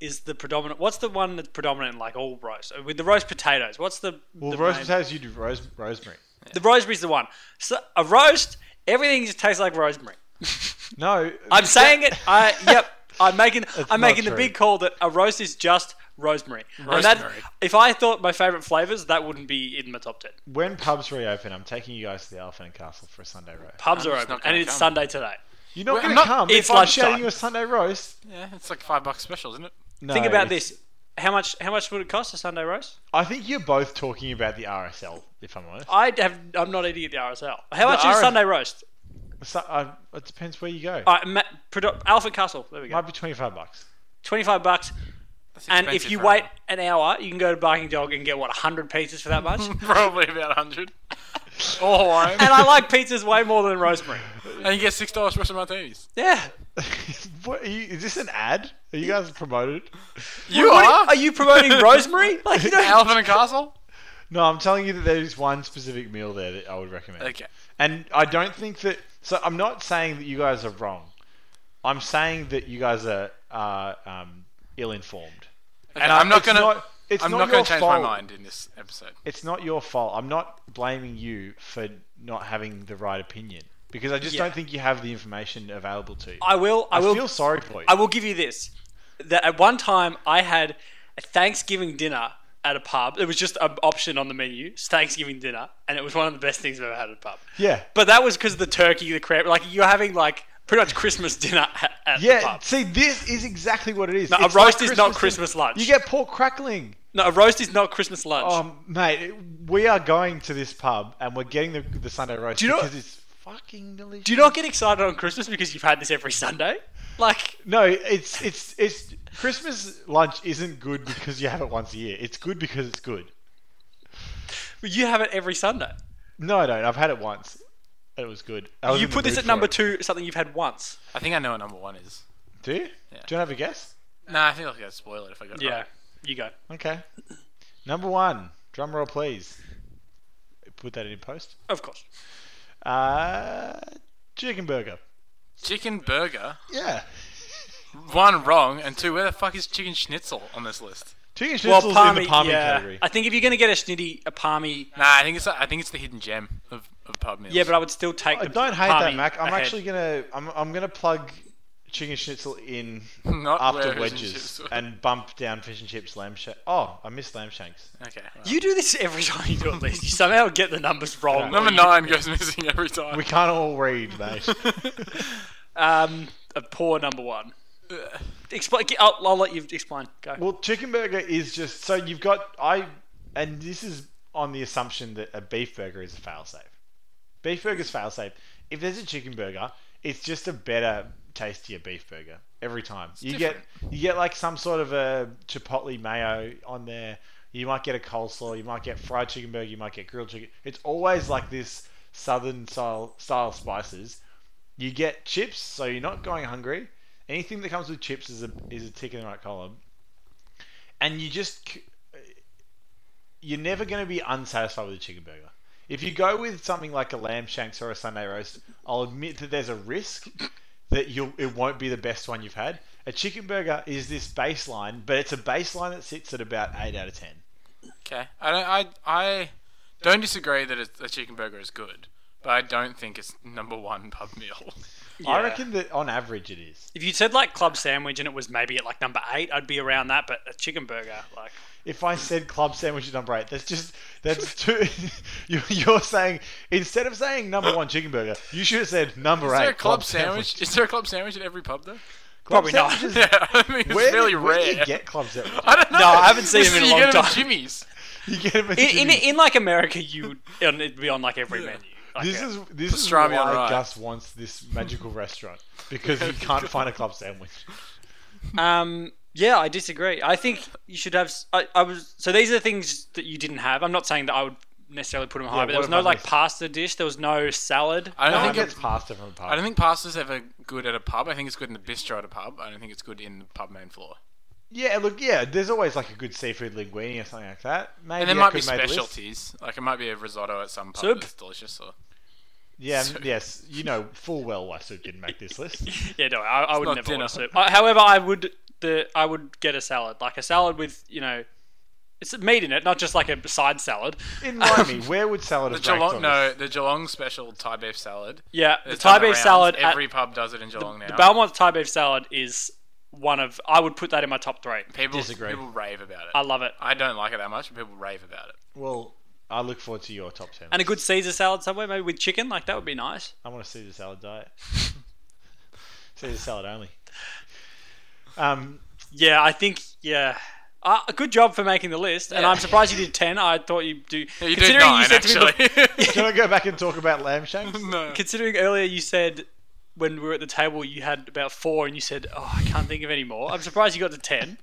[SPEAKER 2] is the predominant. What's the one that's predominant in like all roast with the roast potatoes? What's the
[SPEAKER 1] Well,
[SPEAKER 2] the
[SPEAKER 1] roast
[SPEAKER 2] main-
[SPEAKER 1] potatoes, you do rose, rosemary.
[SPEAKER 2] The rosemary's the one. So a roast, everything just tastes like rosemary.
[SPEAKER 1] No,
[SPEAKER 2] I'm saying it. I yep. I'm making. I'm
[SPEAKER 1] not
[SPEAKER 2] making the
[SPEAKER 1] true.
[SPEAKER 2] big call that a roast is just rosemary. And that,
[SPEAKER 3] Rosemary.
[SPEAKER 2] if I thought my favorite flavors, that wouldn't be in my top ten.
[SPEAKER 1] when pubs reopen, I'm taking you guys to the Elephant and Castle for a Sunday roast.
[SPEAKER 2] Pubs
[SPEAKER 3] I'm
[SPEAKER 2] are
[SPEAKER 3] just
[SPEAKER 2] open,
[SPEAKER 3] not gonna
[SPEAKER 2] and it's
[SPEAKER 3] come.
[SPEAKER 2] Sunday today.
[SPEAKER 1] You're not
[SPEAKER 3] Well,
[SPEAKER 1] going to
[SPEAKER 3] not-
[SPEAKER 1] come
[SPEAKER 2] it's
[SPEAKER 1] if I'm
[SPEAKER 2] lunchtime.
[SPEAKER 1] shouting you a Sunday roast.
[SPEAKER 3] Yeah, it's like five bucks special, isn't it?
[SPEAKER 1] No,
[SPEAKER 2] Think about
[SPEAKER 1] it's-
[SPEAKER 2] this. How much? How much would it cost a Sunday roast?
[SPEAKER 1] I think you're both talking about the RSL, if I'm honest.
[SPEAKER 2] I have. I'm not eating at the RSL. How much is
[SPEAKER 1] RS
[SPEAKER 2] a Sunday roast?
[SPEAKER 1] So, I, it depends where you go.
[SPEAKER 2] All right, Ma- Produ- Alpha Castle. There we go.
[SPEAKER 1] Might be 25 bucks.
[SPEAKER 2] Twenty-five bucks.
[SPEAKER 3] That's
[SPEAKER 2] And if
[SPEAKER 3] expensive
[SPEAKER 2] you
[SPEAKER 3] for
[SPEAKER 2] wait an hour, you can go to Barking Dog and get what hundred pizzas for that much.
[SPEAKER 3] a-
[SPEAKER 2] and
[SPEAKER 3] probably about hundred. All Hawaiian, and,
[SPEAKER 2] Oh, I like pizzas way more than rosemary.
[SPEAKER 3] you get six dollars special martinis.
[SPEAKER 2] Yeah.
[SPEAKER 1] what, are you, is this an ad? Are you guys promoted?
[SPEAKER 3] You
[SPEAKER 2] What
[SPEAKER 3] are?
[SPEAKER 2] are, are you promoting rosemary? Like you don't.
[SPEAKER 3] Elephant and Castle?
[SPEAKER 1] No, I'm telling you that there is one specific meal there that I would recommend.
[SPEAKER 3] Okay.
[SPEAKER 1] And I don't think that. So I'm not saying that you guys are wrong. I'm saying that you guys are, are um, ill informed.
[SPEAKER 3] and I'm not
[SPEAKER 1] it's
[SPEAKER 3] gonna.
[SPEAKER 1] not- it's
[SPEAKER 3] I'm
[SPEAKER 1] not
[SPEAKER 3] not, gonna
[SPEAKER 1] your
[SPEAKER 3] change
[SPEAKER 1] fault.
[SPEAKER 3] my mind in this episode.
[SPEAKER 1] It's not your fault. I'm not blaming you for not having the right opinion because I just
[SPEAKER 2] Yeah.
[SPEAKER 1] don't think you have the information available to you.
[SPEAKER 2] I will. I, will.
[SPEAKER 1] feel sorry for you.
[SPEAKER 2] I will give you this: that at one time I had a Thanksgiving dinner at a pub. It was just an option on the menu, it's Thanksgiving dinner, and it was one of the best things I've ever had at a pub.
[SPEAKER 1] yeah.
[SPEAKER 2] But that was because of the turkey, the crab. Like you're having like pretty much Christmas dinner at, at
[SPEAKER 1] Yeah,
[SPEAKER 2] the pub.
[SPEAKER 1] see, this is exactly what it is.
[SPEAKER 2] a
[SPEAKER 1] It's like
[SPEAKER 2] roast is not
[SPEAKER 1] dinner.
[SPEAKER 2] Christmas lunch.
[SPEAKER 1] You get pork crackling.
[SPEAKER 2] No, a roast is not Christmas lunch.
[SPEAKER 1] Oh, mate, we are going to this pub and we're getting the, the Sunday roast
[SPEAKER 2] you know-
[SPEAKER 1] because it's fucking delicious.
[SPEAKER 2] Do you not get excited on Christmas because you've had this every Sunday? Like
[SPEAKER 1] No, it's it's it's Christmas lunch isn't good because you have it once a year. It's good because it's good.
[SPEAKER 2] you have it every Sunday.
[SPEAKER 1] No, I don't. I've had it once. and It was good. I was
[SPEAKER 2] You
[SPEAKER 1] in the
[SPEAKER 2] put this
[SPEAKER 1] mood
[SPEAKER 2] at
[SPEAKER 1] for
[SPEAKER 2] number
[SPEAKER 1] it.
[SPEAKER 2] two, something you've had once.
[SPEAKER 3] I think I know what number one is.
[SPEAKER 1] Do you? Do
[SPEAKER 3] Yeah.
[SPEAKER 1] you want to have a guess?
[SPEAKER 3] Nah, I think I'll get spoil it if I got it
[SPEAKER 2] Yeah,
[SPEAKER 3] right.
[SPEAKER 2] you go.
[SPEAKER 1] Okay. Number one. Drum roll, please. Put that in post.
[SPEAKER 2] Of course.
[SPEAKER 1] Uh, chicken burger.
[SPEAKER 3] Chicken burger.
[SPEAKER 1] Yeah.
[SPEAKER 3] One wrong and two. Where the fuck is chicken schnitzel on this list?
[SPEAKER 1] Chicken
[SPEAKER 2] Well,
[SPEAKER 1] schnitzel's
[SPEAKER 2] palmy,
[SPEAKER 1] in the palmy
[SPEAKER 2] yeah.
[SPEAKER 1] category.
[SPEAKER 2] I think if you're going to get a schnitty, a palmy,
[SPEAKER 3] Nah, I think it's I think it's the hidden gem of, of pub meals.
[SPEAKER 2] yeah, but I would still take.
[SPEAKER 1] I
[SPEAKER 2] the
[SPEAKER 1] don't hate
[SPEAKER 2] palmy
[SPEAKER 1] that, Mac. I'm
[SPEAKER 2] ahead.
[SPEAKER 1] actually gonna I'm, I'm gonna plug chicken schnitzel in
[SPEAKER 3] Not where
[SPEAKER 1] after
[SPEAKER 3] fish and
[SPEAKER 1] wedges
[SPEAKER 3] chips were.
[SPEAKER 1] and bump down fish and chips lamb shank. Oh, I missed lamb shanks.
[SPEAKER 3] Okay. well.
[SPEAKER 2] You do this every time you do it, Liz. You somehow get the numbers wrong.
[SPEAKER 1] No.
[SPEAKER 3] Number
[SPEAKER 2] or you-
[SPEAKER 3] nine goes missing every time.
[SPEAKER 1] We can't all read, mate.
[SPEAKER 2] Um, a poor number one. Explain. I'll, I'll let you explain. Go.
[SPEAKER 1] well, chicken burger is just so you've got I and this is on the assumption that a beef burger is a failsafe. Beef burger's failsafe. If there's a chicken burger, it's just a better, tastier beef burger every time. you get you get like some sort of a chipotle mayo on there. You might get a coleslaw. You might get fried chicken burger. You might get grilled chicken. It's always like this southern style style spices. You get chips, so you're not going hungry. Anything that comes with chips is a is a tick in the right column. And you just c- you're never going to be unsatisfied with a chicken burger. If you go with something like a lamb shanks or a Sunday roast, I'll admit that there's a risk that you'll it won't be the best one you've had. A chicken burger is this baseline, but it's a baseline that sits at about eight out of ten.
[SPEAKER 3] Okay. I don't. I I don't disagree that it's, a chicken burger is good, but I don't think it's number one pub meal.
[SPEAKER 1] I
[SPEAKER 2] Yeah.
[SPEAKER 1] reckon that on average it is.
[SPEAKER 2] If you said like club sandwich and it was maybe at like number eight, I'd be around that. But a chicken burger, like
[SPEAKER 1] If I said club sandwich is number eight, that's just that's too. you, you're saying instead of saying number one chicken burger, you should have said number
[SPEAKER 3] Is
[SPEAKER 1] eight
[SPEAKER 3] there a club, sandwich? Is there a club sandwich at every pub though?
[SPEAKER 1] Club
[SPEAKER 2] Probably not.
[SPEAKER 1] sandwiches-
[SPEAKER 3] Yeah, I mean, it's
[SPEAKER 1] Where,
[SPEAKER 3] really
[SPEAKER 1] do-
[SPEAKER 3] rare.
[SPEAKER 1] where do you get club sandwiches?
[SPEAKER 3] I don't know.
[SPEAKER 2] No, I haven't seen
[SPEAKER 3] This
[SPEAKER 2] them in
[SPEAKER 3] is-
[SPEAKER 2] a
[SPEAKER 3] you
[SPEAKER 2] long
[SPEAKER 3] get them at
[SPEAKER 2] time.
[SPEAKER 3] Jimmy's.
[SPEAKER 1] You get them at the
[SPEAKER 2] in, in,
[SPEAKER 1] gym.
[SPEAKER 2] in like America, you would and it'd be on like every menu. Like,
[SPEAKER 1] This
[SPEAKER 2] uh,
[SPEAKER 1] is this is why
[SPEAKER 3] Pastrami on rice.
[SPEAKER 1] Gus wants this magical restaurant because he can't find a club sandwich.
[SPEAKER 2] Um, yeah, I disagree. I think you should have. s- I, I was so these are the things that you didn't have. I'm not saying that I would necessarily put them high,
[SPEAKER 1] Yeah,
[SPEAKER 2] but
[SPEAKER 1] what
[SPEAKER 2] there was
[SPEAKER 1] have
[SPEAKER 2] no
[SPEAKER 1] I
[SPEAKER 2] like
[SPEAKER 1] missed?
[SPEAKER 2] pasta dish. There was no salad.
[SPEAKER 3] I
[SPEAKER 1] No
[SPEAKER 3] don't
[SPEAKER 1] one
[SPEAKER 3] think
[SPEAKER 1] gets
[SPEAKER 3] it's.
[SPEAKER 1] pasta from a
[SPEAKER 3] I
[SPEAKER 1] pub.
[SPEAKER 3] don't think pasta's ever good at a pub. I think it's good in the bistro at a pub. I don't think it's good in the pub main floor.
[SPEAKER 1] Yeah, look, yeah, there's always like a good seafood linguine or something like that. Maybe
[SPEAKER 3] And there
[SPEAKER 1] I
[SPEAKER 3] might be
[SPEAKER 1] could make a list.
[SPEAKER 3] specialties. Like it might be a risotto at some pub
[SPEAKER 2] Soup.
[SPEAKER 3] that's delicious. Or
[SPEAKER 1] Yeah,
[SPEAKER 3] So-
[SPEAKER 1] yes, you know full well why Soup didn't make this list.
[SPEAKER 2] yeah, no, I, I would
[SPEAKER 3] not
[SPEAKER 2] never order
[SPEAKER 3] dinner.
[SPEAKER 2] soup. Uh, however, I would. the I would get a salad, like a salad with you know, it's meat in it, not just like a side salad.
[SPEAKER 1] Enlighten me. Where would salad
[SPEAKER 3] The
[SPEAKER 1] have ranked
[SPEAKER 3] Geelong,
[SPEAKER 1] on
[SPEAKER 3] no,
[SPEAKER 1] this?
[SPEAKER 3] the Geelong special Thai beef salad.
[SPEAKER 2] Yeah, the
[SPEAKER 3] It's
[SPEAKER 2] Thai
[SPEAKER 3] done the
[SPEAKER 2] beef
[SPEAKER 3] rounds.
[SPEAKER 2] salad. at-
[SPEAKER 3] Every pub does it in Geelong now.
[SPEAKER 2] the Belmont Thai beef salad is one of I would put that in my top three.
[SPEAKER 3] people
[SPEAKER 1] Disagree.
[SPEAKER 3] people rave about it.
[SPEAKER 2] I love it.
[SPEAKER 3] I don't like it that much, but people rave about it.
[SPEAKER 1] Well, I look forward to your top ten.
[SPEAKER 2] And a good Caesar salad somewhere, maybe with chicken, like that would be nice.
[SPEAKER 1] I want to see the salad diet. Caesar salad only. Um,
[SPEAKER 2] Yeah, I think yeah. Uh, good job for making the list, and
[SPEAKER 3] Yeah.
[SPEAKER 2] I'm surprised you did ten. I thought you do.
[SPEAKER 3] You did
[SPEAKER 2] considering
[SPEAKER 3] nine,
[SPEAKER 2] said to me
[SPEAKER 3] actually.
[SPEAKER 1] do you want to go back and talk about lamb shanks?
[SPEAKER 3] no.
[SPEAKER 2] Considering earlier you said when we were at the table you had about four and you said, Oh, I can't think of any more. I'm surprised you got to ten.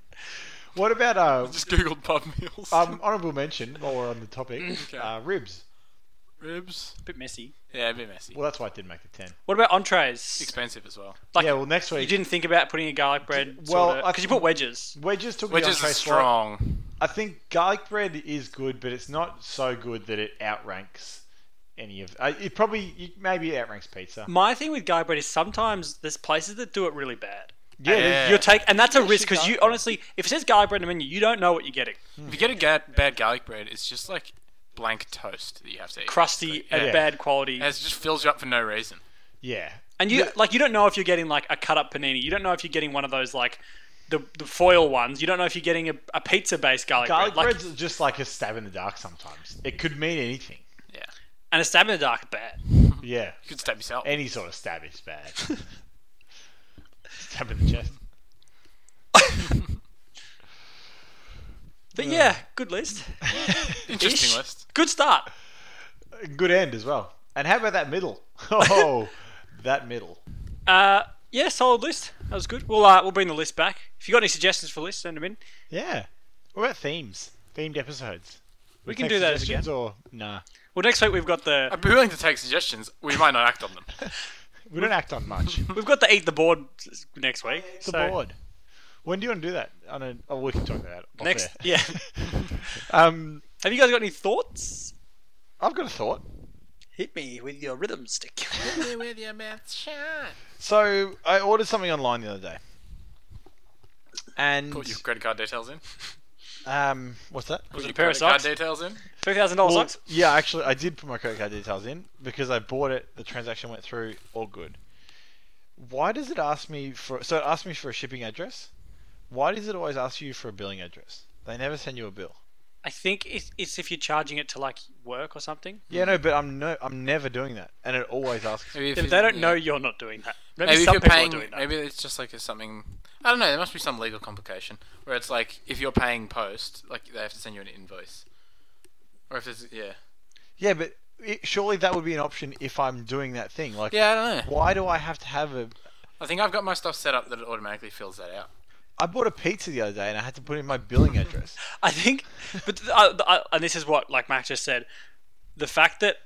[SPEAKER 1] What about uh,
[SPEAKER 3] Just googled pub meals.
[SPEAKER 1] um, honourable mention while we're on the topic?
[SPEAKER 3] Okay.
[SPEAKER 1] Uh, ribs.
[SPEAKER 3] Ribs.
[SPEAKER 2] A bit messy.
[SPEAKER 3] Yeah, a bit messy.
[SPEAKER 1] Well, that's why it didn't make the ten.
[SPEAKER 2] What about entrees?
[SPEAKER 3] Expensive as well.
[SPEAKER 2] Like
[SPEAKER 1] yeah. Well, next
[SPEAKER 2] you
[SPEAKER 1] week
[SPEAKER 2] didn't think about putting a garlic bread
[SPEAKER 1] Well,
[SPEAKER 2] well
[SPEAKER 1] I-
[SPEAKER 2] because you put wedges.
[SPEAKER 1] wedges took
[SPEAKER 3] Which
[SPEAKER 1] the
[SPEAKER 3] is
[SPEAKER 1] entree slot.
[SPEAKER 3] strong.
[SPEAKER 1] I think garlic bread is good, but it's not so good that it outranks any of. Uh, it probably it maybe outranks pizza.
[SPEAKER 2] My thing with garlic bread is sometimes there's places that do it really bad.
[SPEAKER 1] Yeah.
[SPEAKER 3] Yeah.
[SPEAKER 1] there's-
[SPEAKER 2] You'll take, and that's a risk because
[SPEAKER 1] garlic
[SPEAKER 2] you honestly, if it says garlic bread in the menu, you don't know what you're getting.
[SPEAKER 3] If you get a ga- bad garlic bread, it's just like blank toast that you have to eat.
[SPEAKER 2] Crusty and
[SPEAKER 1] Yeah.
[SPEAKER 2] bad quality,
[SPEAKER 3] And It just fills you up for no reason.
[SPEAKER 1] yeah.
[SPEAKER 2] and you like you don't know if you're getting like a cut up panini. You don't know if you're getting one of those like the, the foil ones. You don't know if you're getting a, a pizza based garlic,
[SPEAKER 1] Garlic
[SPEAKER 2] bread. Like,
[SPEAKER 1] bread's just like a stab in the dark sometimes. It could mean anything.
[SPEAKER 3] Yeah.
[SPEAKER 2] and a stab in the dark is bad.
[SPEAKER 1] Yeah.
[SPEAKER 3] You could stab yourself.
[SPEAKER 1] Any sort of stab is bad. stab in the chest.
[SPEAKER 2] But yeah, good list,
[SPEAKER 3] Interesting
[SPEAKER 2] Ish.
[SPEAKER 3] list.
[SPEAKER 2] good start.
[SPEAKER 1] Good end as well. And how about that middle? Oh, that middle.
[SPEAKER 2] Uh, yeah, solid list. That was good. We'll uh, we'll bring the list back. If you got any suggestions for lists, send them in.
[SPEAKER 1] Yeah. What about themes? Themed episodes.
[SPEAKER 2] We can do that as again.
[SPEAKER 1] Or nah,
[SPEAKER 2] Well, next week we've got the
[SPEAKER 3] I'd be willing to take suggestions. We might not act on them.
[SPEAKER 1] we don't act on much.
[SPEAKER 2] we've got the eat the board next week.
[SPEAKER 1] the
[SPEAKER 2] so
[SPEAKER 1] board. When do you want to do that? I don't. Oh, we can talk about that. off
[SPEAKER 2] next,
[SPEAKER 1] air.
[SPEAKER 2] yeah.
[SPEAKER 1] Um,
[SPEAKER 2] Have you guys got any thoughts?
[SPEAKER 1] I've got a thought.
[SPEAKER 2] Hit me with your rhythm stick.
[SPEAKER 3] with your mouth shut.
[SPEAKER 1] So I ordered something online the other day. And
[SPEAKER 3] Put your credit card details in.
[SPEAKER 1] um, what's that?
[SPEAKER 3] Put
[SPEAKER 2] it
[SPEAKER 3] your
[SPEAKER 2] a pair of
[SPEAKER 3] credit card
[SPEAKER 2] socks?
[SPEAKER 3] details in.
[SPEAKER 2] Three thousand dollars
[SPEAKER 1] Well,
[SPEAKER 2] socks.
[SPEAKER 1] yeah, actually, I did put my credit card details in because I bought it. The transaction went through, all good. Why does it ask me for? So it asked me for a shipping address. Why does it always ask you for a billing address? They never send you a bill.
[SPEAKER 2] I think it's, it's if you're charging it to like work or something.
[SPEAKER 1] Yeah, no, but I'm no, I'm never doing that, and it always asks.
[SPEAKER 3] Maybe if
[SPEAKER 2] Then
[SPEAKER 3] you-
[SPEAKER 2] they don't
[SPEAKER 3] yeah.
[SPEAKER 2] know you're not doing that. Maybe,
[SPEAKER 3] Maybe if
[SPEAKER 2] some
[SPEAKER 3] you're
[SPEAKER 2] people
[SPEAKER 3] paying,
[SPEAKER 2] are doing that.
[SPEAKER 3] maybe it's just like a something. I don't know. There must be some legal complication where it's like if you're paying post, like they have to send you an invoice, or if there's yeah,
[SPEAKER 1] Yeah, but it, surely that would be an option if I'm doing that thing. Like,
[SPEAKER 3] yeah. I don't know.
[SPEAKER 1] why do I have to have a?
[SPEAKER 3] I think I've got my stuff set up that it automatically fills that out.
[SPEAKER 1] I bought a pizza the other day, and I had to put in my billing address.
[SPEAKER 2] I think, but th- I, I, and this is what like Mac just said, the fact that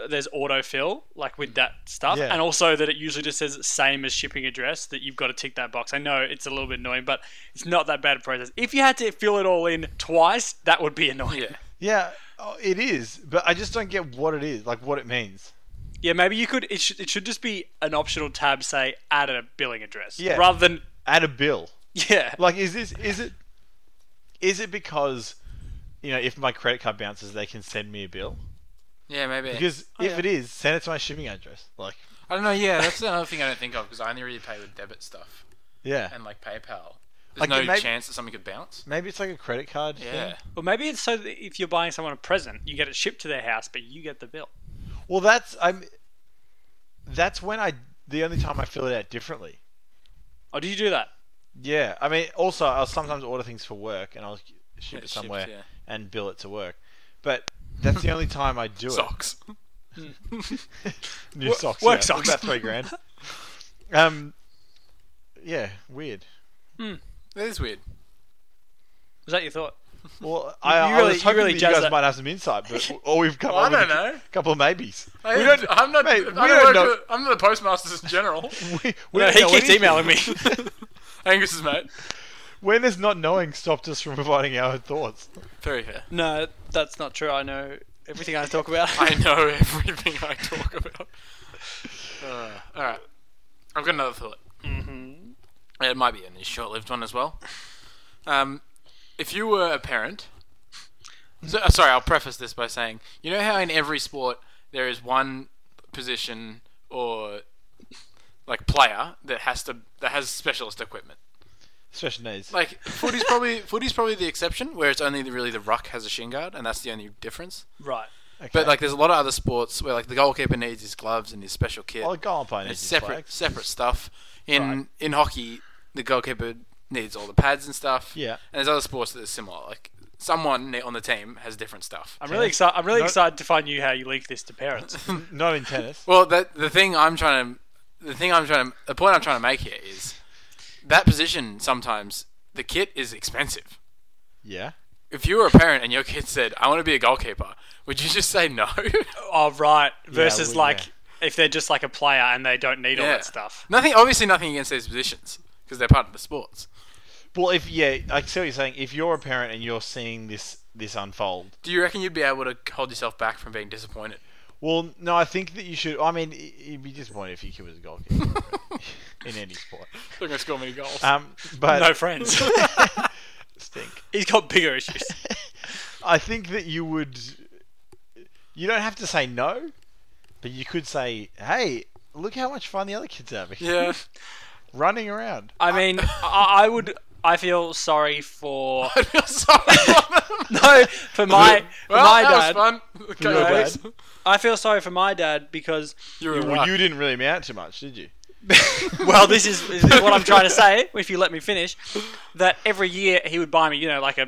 [SPEAKER 2] uh, there's autofill like with that stuff,
[SPEAKER 1] Yeah.
[SPEAKER 2] and also that it usually just says same as shipping address that you've got to tick that box. I know it's a little bit annoying, but it's not that bad a process. If you had to fill it all in twice, that would be annoying.
[SPEAKER 3] Yeah,
[SPEAKER 1] yeah, oh, it is, but I just don't get what it is, like what it means.
[SPEAKER 2] Yeah, maybe you could. It should, it should just be an optional tab, say add a billing address,
[SPEAKER 1] Yeah.
[SPEAKER 2] rather than
[SPEAKER 1] Add a bill.
[SPEAKER 2] yeah.
[SPEAKER 1] Like, is this is it is it because you know if my credit card bounces, they can send me a bill?
[SPEAKER 3] yeah, maybe.
[SPEAKER 1] Because
[SPEAKER 2] Oh,
[SPEAKER 1] if
[SPEAKER 2] yeah.
[SPEAKER 1] it is, send it to my shipping address. Like,
[SPEAKER 3] I don't know. Yeah, that's another thing I don't think of because I only really pay with debit stuff
[SPEAKER 1] yeah,
[SPEAKER 3] and like PayPal.
[SPEAKER 1] Like,
[SPEAKER 3] There's no
[SPEAKER 1] it may-
[SPEAKER 3] chance that something could bounce.
[SPEAKER 1] maybe it's like a credit card
[SPEAKER 3] Yeah,
[SPEAKER 1] thing.
[SPEAKER 2] Or maybe it's so that if you're buying someone a present, you get it shipped to their house, but you get the bill.
[SPEAKER 1] Well, that's I'm. That's when I the only time I fill it out differently.
[SPEAKER 2] Oh, did you do that?
[SPEAKER 1] Yeah, I mean, also I'll sometimes order things for work and I'll ship
[SPEAKER 3] Yeah,
[SPEAKER 1] it somewhere
[SPEAKER 3] shipped, yeah.
[SPEAKER 1] and bill it to work, but that's the only time I do it.
[SPEAKER 3] socks.
[SPEAKER 1] New
[SPEAKER 2] Wo-
[SPEAKER 1] socks.
[SPEAKER 2] work
[SPEAKER 1] yeah,
[SPEAKER 2] socks.
[SPEAKER 1] About three grand. um, yeah, weird.
[SPEAKER 3] that is weird.
[SPEAKER 2] Was that your thought?
[SPEAKER 1] Well, I,
[SPEAKER 2] you
[SPEAKER 1] I
[SPEAKER 2] really-
[SPEAKER 1] was
[SPEAKER 2] you
[SPEAKER 1] hoping
[SPEAKER 2] really
[SPEAKER 1] that you
[SPEAKER 2] jazz
[SPEAKER 1] guys
[SPEAKER 2] that-
[SPEAKER 1] might have some insight, but or we've come
[SPEAKER 3] I
[SPEAKER 1] up with
[SPEAKER 3] don't
[SPEAKER 1] a
[SPEAKER 3] know.
[SPEAKER 1] couple of maybes.
[SPEAKER 3] I,
[SPEAKER 1] we don't.
[SPEAKER 3] I'm not.
[SPEAKER 1] mate,
[SPEAKER 3] I
[SPEAKER 1] we
[SPEAKER 3] don't
[SPEAKER 1] don't
[SPEAKER 3] work
[SPEAKER 1] know-
[SPEAKER 3] at- I'm the postmaster's general.
[SPEAKER 1] We, we
[SPEAKER 2] No,
[SPEAKER 1] don't
[SPEAKER 2] he
[SPEAKER 1] know
[SPEAKER 2] keeps
[SPEAKER 1] anything.
[SPEAKER 2] emailing me.
[SPEAKER 3] Angus's mate.
[SPEAKER 1] When has not knowing stopped us from providing our thoughts?
[SPEAKER 3] Very fair.
[SPEAKER 2] No, that's not true. I know everything I talk about.
[SPEAKER 3] I know everything I talk about. Uh, all right, I've got another thought. Mm-hmm. It might be a short-lived one as well. Um, if you were a parent, so, uh, sorry, I'll preface this by saying, you know how in every sport there is one position or like player that has to that has specialist equipment.
[SPEAKER 1] Special needs.
[SPEAKER 3] Like footy's probably footy's probably the exception, where it's only the, really the ruck has a shin guard, and that's the only difference.
[SPEAKER 2] Right.
[SPEAKER 1] Okay.
[SPEAKER 3] But like, there's a lot of other sports where like the goalkeeper needs his gloves and his special kit.
[SPEAKER 1] I'll Oh, go on playing
[SPEAKER 3] It's separate, separate stuff. In in hockey, the goalkeeper needs all the pads and stuff.
[SPEAKER 1] Yeah.
[SPEAKER 3] And there's other sports that are similar. Like someone ne- on the team has different stuff.
[SPEAKER 2] I'm really excited. I'm really excited to find you how you link this to parents.
[SPEAKER 1] Not in tennis.
[SPEAKER 3] Well, that the thing I'm trying to, the thing I'm trying to, the point I'm trying to make here is that position sometimes the kit is expensive.
[SPEAKER 1] yeah.
[SPEAKER 3] If you were a parent and your kid said, "I want to be a goalkeeper," would you just say no?
[SPEAKER 2] oh right. Versus
[SPEAKER 1] well,
[SPEAKER 2] like if they're just like a player and they don't need all
[SPEAKER 3] Yeah.
[SPEAKER 2] that stuff.
[SPEAKER 3] Nothing. Obviously, nothing against these positions because they're part of the sports.
[SPEAKER 1] Well, if yeah, I see what you're saying. If you're a parent and you're seeing this this unfold,
[SPEAKER 3] Do you reckon you'd be able to hold yourself back from being disappointed?
[SPEAKER 1] well, no, I think that you should. I mean, y- you'd be disappointed if your kid was a goalkeeper in any sport.
[SPEAKER 3] They're gonna score many goals.
[SPEAKER 2] Uh,
[SPEAKER 1] Um, but
[SPEAKER 2] No friends.
[SPEAKER 1] stink.
[SPEAKER 2] He's got bigger issues.
[SPEAKER 1] I think that you would. You don't have to say no, but you could say, "Hey, look how much fun the other kids are having
[SPEAKER 3] yeah.
[SPEAKER 1] running around."
[SPEAKER 2] I mean, I, I would. I feel sorry for
[SPEAKER 3] I feel sorry for them.
[SPEAKER 2] no for my for
[SPEAKER 3] Well,
[SPEAKER 2] my
[SPEAKER 3] that
[SPEAKER 2] dad.
[SPEAKER 3] was fun.
[SPEAKER 1] Your
[SPEAKER 3] Okay,
[SPEAKER 1] dad.
[SPEAKER 2] I feel sorry for my dad because
[SPEAKER 3] You're a
[SPEAKER 1] Well,
[SPEAKER 3] rock.
[SPEAKER 1] you didn't really amount to much, did you?
[SPEAKER 2] well, this is, this is what I'm trying to say. If you let me finish, that every year he would buy me, you know, like a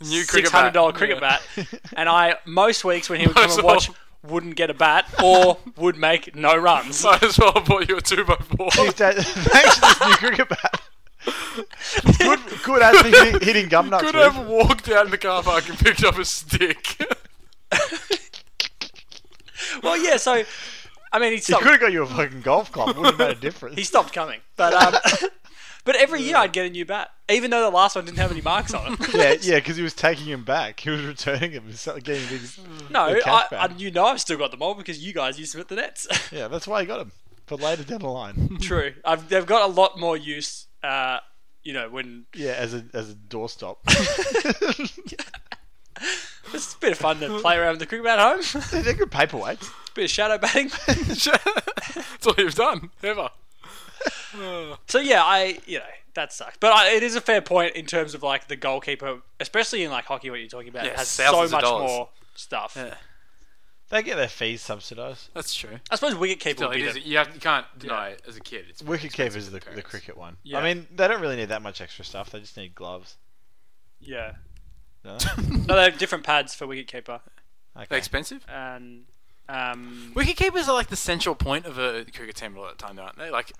[SPEAKER 3] New
[SPEAKER 2] six
[SPEAKER 3] cricket
[SPEAKER 2] hundred dollar
[SPEAKER 3] bat.
[SPEAKER 2] cricket
[SPEAKER 3] Yeah.
[SPEAKER 2] bat, and I most weeks when he would come
[SPEAKER 3] Most
[SPEAKER 2] and watch
[SPEAKER 3] of-
[SPEAKER 2] wouldn't get a bat or would make no runs.
[SPEAKER 3] Might as well have bought you a two by four.
[SPEAKER 1] His dad- thanks to this new cricket bat. Good, good at hitting, hitting gum nuts.
[SPEAKER 3] Could
[SPEAKER 1] with.
[SPEAKER 3] have walked out in the car park and picked up a stick.
[SPEAKER 2] Well, yeah. So, I mean, he
[SPEAKER 1] He
[SPEAKER 2] stopped.
[SPEAKER 1] could have got you a fucking golf club. Wouldn't have made a difference.
[SPEAKER 2] He stopped coming, but um, but every year I'd get a new bat, even though the last one didn't have any marks on it.
[SPEAKER 1] yeah, yeah, because he was taking him back. He was returning him. so- Getting these.
[SPEAKER 2] No,
[SPEAKER 1] The
[SPEAKER 2] I,
[SPEAKER 1] cash
[SPEAKER 2] I,
[SPEAKER 1] back.
[SPEAKER 2] you know I've still got them all because you guys used them at the nets.
[SPEAKER 1] Yeah, that's why he got him for later down the line.
[SPEAKER 2] True, I've, they've got a lot more use. Uh, you know when
[SPEAKER 1] Yeah, as a as a doorstop.
[SPEAKER 2] it's a bit of fun to play around with the cricket bat at home. It's
[SPEAKER 1] They're good paperweights.
[SPEAKER 2] a bit of shadow batting.
[SPEAKER 3] That's all you've done, ever.
[SPEAKER 2] So yeah, I you know that sucks, but I, it is a fair point in terms of like the goalkeeper, especially in like hockey. What you're talking about
[SPEAKER 3] Yeah,
[SPEAKER 2] has so
[SPEAKER 3] thousands of
[SPEAKER 2] much
[SPEAKER 3] dollars.
[SPEAKER 2] more stuff.
[SPEAKER 1] They get their fees subsidised.
[SPEAKER 3] That's true.
[SPEAKER 2] I suppose wicket keeper
[SPEAKER 3] No,
[SPEAKER 2] would
[SPEAKER 3] it
[SPEAKER 2] be
[SPEAKER 3] is,
[SPEAKER 2] the,
[SPEAKER 3] you, have, you can't deny it as a kid. It's
[SPEAKER 1] Wicket keepers the, the
[SPEAKER 3] parents.
[SPEAKER 1] cricket one.
[SPEAKER 2] Yeah.
[SPEAKER 1] I mean, they don't really need that much extra stuff. They just need gloves.
[SPEAKER 2] yeah.
[SPEAKER 1] No?
[SPEAKER 2] No, they have different pads for wicket keeper,
[SPEAKER 1] Okay.
[SPEAKER 3] They're expensive.
[SPEAKER 2] and um,
[SPEAKER 3] Wicket keepers are like the central point of a cricket team a lot of the time, aren't they? Like,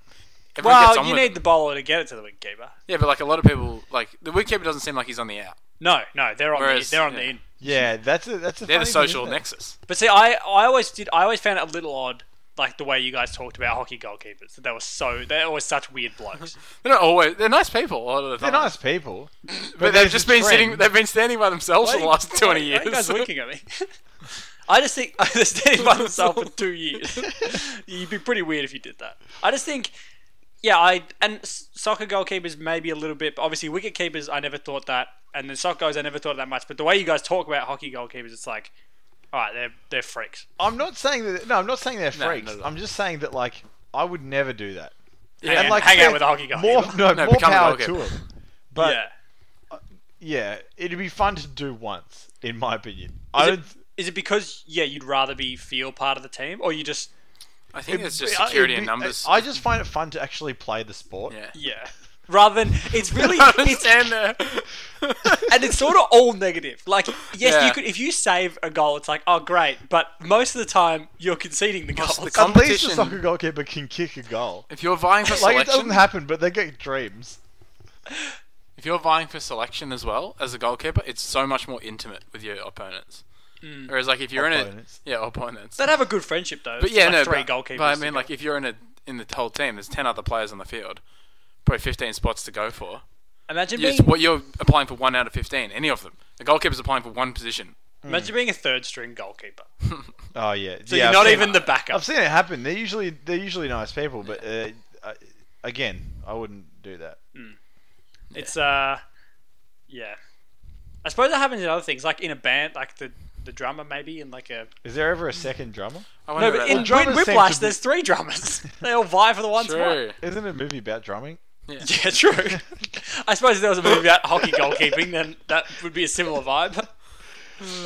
[SPEAKER 3] everyone gets
[SPEAKER 2] well,
[SPEAKER 3] on
[SPEAKER 2] you
[SPEAKER 3] with
[SPEAKER 2] need the
[SPEAKER 3] them.
[SPEAKER 2] bowler to get it to the wicket keeper.
[SPEAKER 3] yeah, but like a lot of people, like the wicket keeper doesn't seem like he's on the out.
[SPEAKER 2] No, no, they're on
[SPEAKER 3] Whereas-
[SPEAKER 2] the, they're on the
[SPEAKER 3] yeah.
[SPEAKER 2] in.
[SPEAKER 1] Yeah, that's a that's a.
[SPEAKER 3] They're the
[SPEAKER 1] funny thing,
[SPEAKER 3] social
[SPEAKER 1] isn't it?
[SPEAKER 3] nexus.
[SPEAKER 2] But see, I, I always did. I always found it a little odd, like the way you guys talked about hockey goalkeepers. That they were so they're always such weird blokes.
[SPEAKER 3] They're not always. They're nice people a lot of the
[SPEAKER 1] They're
[SPEAKER 3] time.
[SPEAKER 1] nice people, but,
[SPEAKER 3] But they've
[SPEAKER 1] there's
[SPEAKER 3] just
[SPEAKER 1] a
[SPEAKER 3] been
[SPEAKER 1] trend.
[SPEAKER 3] sitting. They've been standing by themselves for the last twenty
[SPEAKER 2] Why- why
[SPEAKER 3] years.
[SPEAKER 2] Are you guys winking at me? I just think I was standing by myself for two years. You'd be pretty weird if you did that. I just think, yeah, I and s- soccer goalkeepers maybe a little bit, but obviously wicket keepers, I never thought that, and the soccer guys, I never thought that much. But the way you guys talk about hockey goalkeepers, it's like, all right, they're they're freaks.
[SPEAKER 1] I'm not saying that. No, I'm not saying they're
[SPEAKER 3] No,
[SPEAKER 1] freaks.
[SPEAKER 3] not at all.
[SPEAKER 1] I'm just saying that like I would never do that.
[SPEAKER 3] Yeah,
[SPEAKER 2] And
[SPEAKER 1] like,
[SPEAKER 2] hang
[SPEAKER 1] yeah,
[SPEAKER 2] out with a hockey
[SPEAKER 1] More,
[SPEAKER 2] goalkeeper.
[SPEAKER 1] no,
[SPEAKER 3] No,
[SPEAKER 1] more
[SPEAKER 3] become a
[SPEAKER 1] power to
[SPEAKER 3] goalkeeper.
[SPEAKER 1] them. But
[SPEAKER 2] yeah.
[SPEAKER 1] yeah, it'd be fun to do once, in my opinion.
[SPEAKER 2] Is
[SPEAKER 1] I
[SPEAKER 2] it,
[SPEAKER 1] don't.
[SPEAKER 2] is it because yeah you'd rather be feel part of the team or you just
[SPEAKER 3] I think it's just
[SPEAKER 1] I-
[SPEAKER 3] security
[SPEAKER 1] it'd
[SPEAKER 3] and
[SPEAKER 1] be-
[SPEAKER 3] numbers.
[SPEAKER 1] I just find it fun to actually play the sport.
[SPEAKER 3] yeah.
[SPEAKER 2] yeah rather than it's really it's
[SPEAKER 3] stand there.
[SPEAKER 2] and it's sort of all negative. Like yes
[SPEAKER 3] Yeah.
[SPEAKER 2] you could if you save a goal it's like oh great but most of the time you're conceding the goals.
[SPEAKER 3] Most of the
[SPEAKER 2] Some-
[SPEAKER 1] At least the
[SPEAKER 3] Competition.
[SPEAKER 1] soccer goalkeeper can kick a goal.
[SPEAKER 3] If you're vying for
[SPEAKER 1] Like it doesn't
[SPEAKER 3] selection,
[SPEAKER 1] happen, but they get dreams.
[SPEAKER 3] if you're vying for selection as well as a goalkeeper, it's so much more intimate with your opponents. Whereas, like, if you're
[SPEAKER 1] Opponents.
[SPEAKER 3] in a yeah opponents,
[SPEAKER 2] They'd have a good friendship though.
[SPEAKER 3] but yeah,
[SPEAKER 2] like
[SPEAKER 3] no,
[SPEAKER 2] three
[SPEAKER 3] but,
[SPEAKER 2] goalkeepers.
[SPEAKER 3] But I
[SPEAKER 2] to
[SPEAKER 3] mean,
[SPEAKER 2] go.
[SPEAKER 3] like, if you're in a in the whole team, there's ten other players on the field, probably fifteen spots to go for.
[SPEAKER 2] imagine
[SPEAKER 3] Yeah,
[SPEAKER 2] being
[SPEAKER 3] it's what you're applying for one out of fifteen. Any of them, the goalkeeper's applying for one position. Mm.
[SPEAKER 2] imagine being a third string goalkeeper.
[SPEAKER 1] Oh yeah,
[SPEAKER 2] So
[SPEAKER 1] yeah,
[SPEAKER 2] you're
[SPEAKER 1] I've
[SPEAKER 2] not
[SPEAKER 1] seen-
[SPEAKER 2] even the backup.
[SPEAKER 1] I've seen it happen. They're usually they're usually nice people, but uh, uh, again, I wouldn't do that.
[SPEAKER 2] It's uh, yeah. I suppose that happens in other things, like in a band, like the the drummer maybe, and like a
[SPEAKER 1] Is there ever a second drummer?
[SPEAKER 3] I
[SPEAKER 2] no,
[SPEAKER 3] wonder
[SPEAKER 2] but
[SPEAKER 3] about
[SPEAKER 2] in
[SPEAKER 3] that.
[SPEAKER 1] drummers
[SPEAKER 2] Whip-
[SPEAKER 1] seem to
[SPEAKER 2] Whiplash,
[SPEAKER 1] be-
[SPEAKER 2] there's three drummers. they all vie for the one spot.
[SPEAKER 3] True.
[SPEAKER 1] Isn't a movie about drumming?
[SPEAKER 2] Yeah, true. I suppose if there was a movie about hockey goalkeeping, then that would be a similar vibe.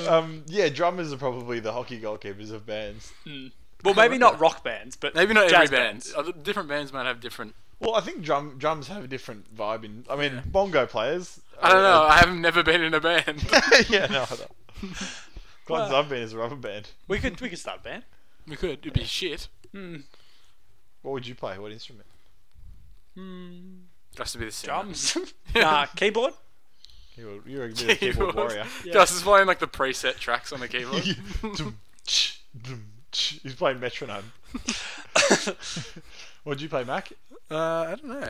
[SPEAKER 1] Um, yeah, drummers are probably the hockey goalkeepers of bands.
[SPEAKER 2] Well, maybe not rock bands, but
[SPEAKER 3] Maybe not
[SPEAKER 2] jazz
[SPEAKER 3] every band.
[SPEAKER 2] bands.
[SPEAKER 3] Other- Different bands might have different.
[SPEAKER 1] Well, I think drum drums have a different vibe. In I mean, bongo players.
[SPEAKER 3] I don't know. I haven't never been in a band.
[SPEAKER 1] yeah, no. I don't. Cons I've been is a rubber band.
[SPEAKER 2] We could we could start a band.
[SPEAKER 3] we could. It'd be shit.
[SPEAKER 1] What would you play? What instrument?
[SPEAKER 3] Hmm. Just to be the same.
[SPEAKER 2] Drums, nah, keyboard.
[SPEAKER 1] You're, you're a bit of a keyboard warrior.
[SPEAKER 3] Just is playing like the preset tracks on the keyboard.
[SPEAKER 1] Dum, tch, dum, tch. He's playing metronome. What'd you play, Mac?
[SPEAKER 3] uh, I don't know.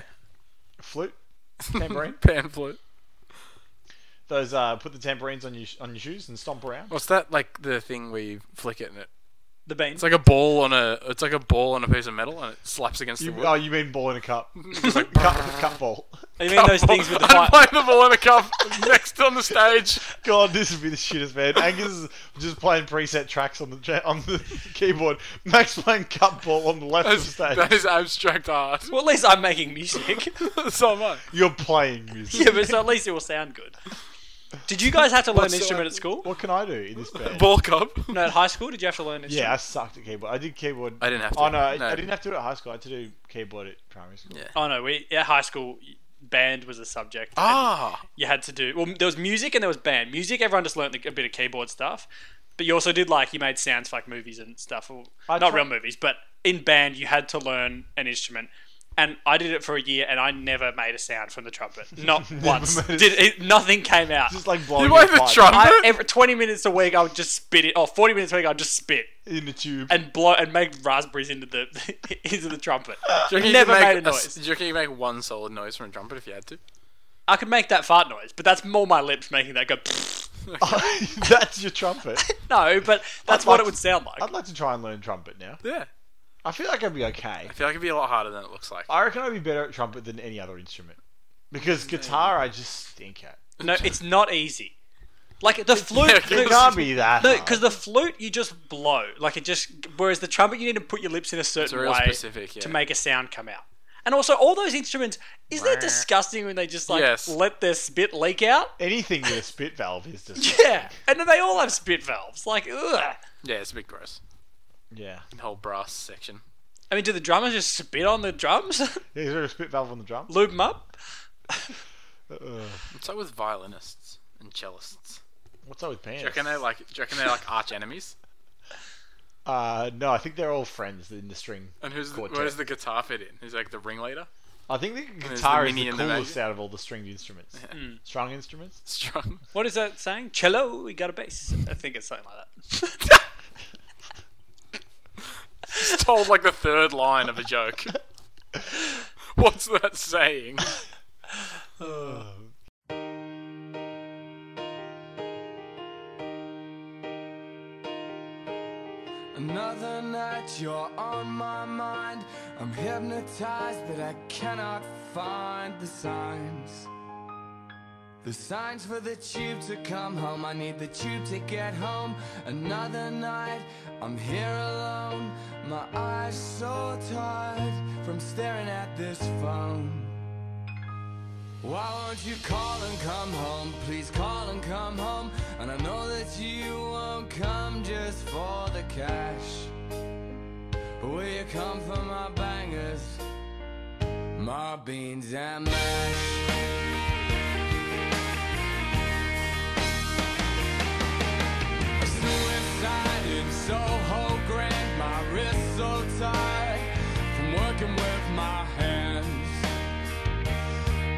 [SPEAKER 1] Flute, tambourine.
[SPEAKER 3] Pan flute.
[SPEAKER 1] Those uh, put the tambourines on your on your shoes and stomp around.
[SPEAKER 3] What's that like? The thing where you flick it and it.
[SPEAKER 2] The bean.
[SPEAKER 3] It's like a ball on a. It's like a ball on a piece of metal and it slaps against
[SPEAKER 1] You,
[SPEAKER 3] the wood.
[SPEAKER 1] oh, you mean ball in a cup? like cup, cup ball.
[SPEAKER 2] you mean those things with the fire?
[SPEAKER 3] I'm playing the ball in a cup next on the stage.
[SPEAKER 1] God, this would be the shittest, man. Angus is just playing preset tracks on the cha- on the keyboard. Max playing cup ball on the left of the
[SPEAKER 3] That's,
[SPEAKER 1] stage.
[SPEAKER 3] that is abstract art.
[SPEAKER 2] Well, at least I'm making music.
[SPEAKER 3] so am I.
[SPEAKER 1] You're playing music.
[SPEAKER 2] yeah, but so at least it will sound good. Did you guys have to learn
[SPEAKER 3] What's uh,
[SPEAKER 2] an
[SPEAKER 3] the-
[SPEAKER 2] instrument at school?
[SPEAKER 1] What can I do in this band?
[SPEAKER 3] Ball cup.
[SPEAKER 2] No, at high school, did you have to learn an
[SPEAKER 1] Yeah, I
[SPEAKER 2] instrument?
[SPEAKER 1] sucked at keyboard. I did keyboard.
[SPEAKER 3] I didn't have to.
[SPEAKER 1] Oh no, I-
[SPEAKER 3] No.
[SPEAKER 1] I didn't have to do it at high school. I had to do keyboard at primary school.
[SPEAKER 3] Yeah.
[SPEAKER 2] Oh no, we at high school band was a subject. and
[SPEAKER 3] Ah.
[SPEAKER 2] you had to do. Well, there was music and there was band. Music, everyone just learned a bit of keyboard stuff, but you also did like you made sounds for like movies and stuff. Well,
[SPEAKER 1] I
[SPEAKER 2] not
[SPEAKER 1] try-
[SPEAKER 2] real movies, but in band you had to learn an instrument. And I did it for a year, and I never made a sound from the trumpet. Not once.
[SPEAKER 1] made a-
[SPEAKER 2] Did it, nothing came out.
[SPEAKER 1] Just like blowing
[SPEAKER 3] You
[SPEAKER 1] your
[SPEAKER 3] played the
[SPEAKER 1] pipe
[SPEAKER 3] trumpet.
[SPEAKER 2] I, every twenty minutes a week, I would just spit it. Or forty minutes a week, I'd just spit
[SPEAKER 1] in the tube.
[SPEAKER 2] and blow and make raspberries into the into the trumpet.
[SPEAKER 3] Do you reckon you
[SPEAKER 2] Never
[SPEAKER 3] could make
[SPEAKER 2] made a
[SPEAKER 3] s-
[SPEAKER 2] noise.
[SPEAKER 3] do you reckon you could make one solid noise from a trumpet if you had to?
[SPEAKER 2] I could make that fart noise, but that's more my lips making that go.
[SPEAKER 1] Oh. That's your trumpet.
[SPEAKER 2] No, but that's
[SPEAKER 1] I'd
[SPEAKER 2] what
[SPEAKER 1] like
[SPEAKER 2] it would
[SPEAKER 1] to-
[SPEAKER 2] sound like.
[SPEAKER 1] I'd like to try and learn trumpet now.
[SPEAKER 3] Yeah.
[SPEAKER 1] I feel like I'd be okay.
[SPEAKER 3] I feel like it'd be a lot harder than it looks like.
[SPEAKER 1] I reckon I'd be better at trumpet than any other instrument because guitar I just stink at.
[SPEAKER 2] No, it's not easy. Like the flute,
[SPEAKER 3] Yeah,
[SPEAKER 1] It
[SPEAKER 3] It's-
[SPEAKER 2] because
[SPEAKER 1] can't be that. hard.
[SPEAKER 2] the flute you just blow, like it just. Whereas the trumpet, you need to put your lips in a certain
[SPEAKER 3] real
[SPEAKER 2] way
[SPEAKER 3] specific, yeah.
[SPEAKER 2] to make a sound come out. And also, all those instruments, isn't it disgusting when they just like
[SPEAKER 3] Yes.
[SPEAKER 2] let their spit leak out?
[SPEAKER 1] anything with a spit valve is just
[SPEAKER 2] Yeah, and then they all have spit valves. Like, ugh.
[SPEAKER 3] Yeah, it's a bit gross.
[SPEAKER 1] yeah.
[SPEAKER 3] The whole brass section.
[SPEAKER 2] I mean, do the drummers just spit on the drums,
[SPEAKER 1] Is there a spit valve on the drum?
[SPEAKER 2] lube them up?
[SPEAKER 1] Ugh.
[SPEAKER 3] What's up with violinists and cellists?
[SPEAKER 1] what's up with pants?
[SPEAKER 3] Do you reckon they're like? Do you reckon they're like arch enemies?
[SPEAKER 1] Uh, no, I think they're all friends in the string.
[SPEAKER 3] And who's the,
[SPEAKER 1] Quartet.
[SPEAKER 3] where does the guitar fit in? He's like the ringleader,
[SPEAKER 1] I think the guitar is
[SPEAKER 3] mini
[SPEAKER 1] the
[SPEAKER 3] and the mag-
[SPEAKER 1] coolest out of all the stringed instruments. Strung instruments.
[SPEAKER 3] strong.
[SPEAKER 2] What is that saying? Cello, we got a bass. I think it's something like that.
[SPEAKER 3] It's told like the third line of a joke. What's that saying?
[SPEAKER 4] Another night you're on my mind. I'm hypnotized, but I cannot find the signs. The signs for the tube to come home. I need the tube to get home. Another night, I'm here alone. My eyes so tired from staring at this phone. Why won't you call and come home? Please call and come home. And I know that you won't come just for the cash. But will you come for my bangers, my beans and mash? Suicide in Soho Grand, my wrist so tight from working with my hands.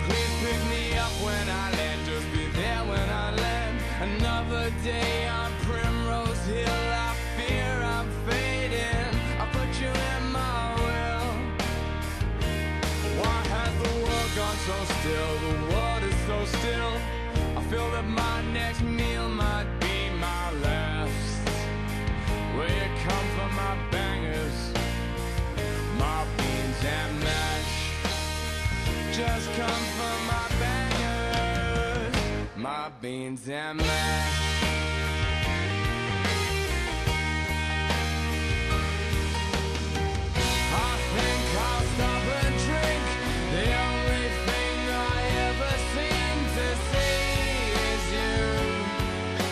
[SPEAKER 4] Please pick me up when I land, just be there when I land. Another day on Primrose Hill, I fear I'm fading. I put you in my will. Why has the world gone so still? The world is so still. I feel that my next meal might be my last. Will you come for my bangers, my beans and mash? come from my bangers, my beans and mash. I think I'll stop and drink. The only thing I ever seem to see is you.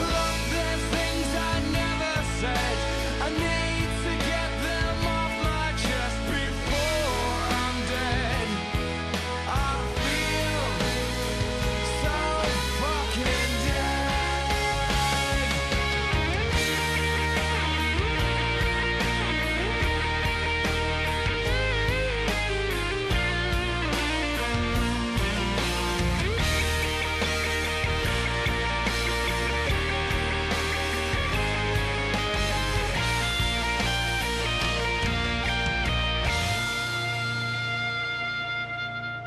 [SPEAKER 4] Look, there's things I never said. I need to get them off my chest before I'm dead. I feel so fucking dead.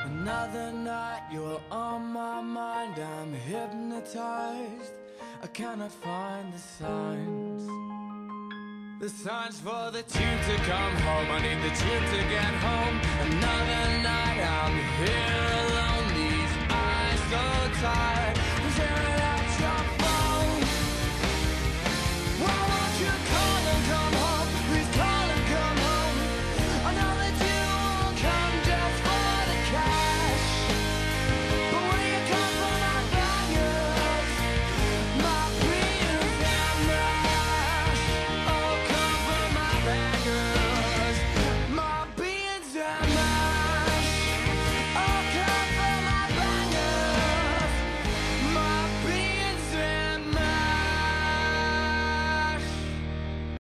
[SPEAKER 4] Another night, you're on my mind. I'm hypnotized. I cannot find the signs. The signs for the tune to come home. I need the tune to get home. Another Oh, Oh,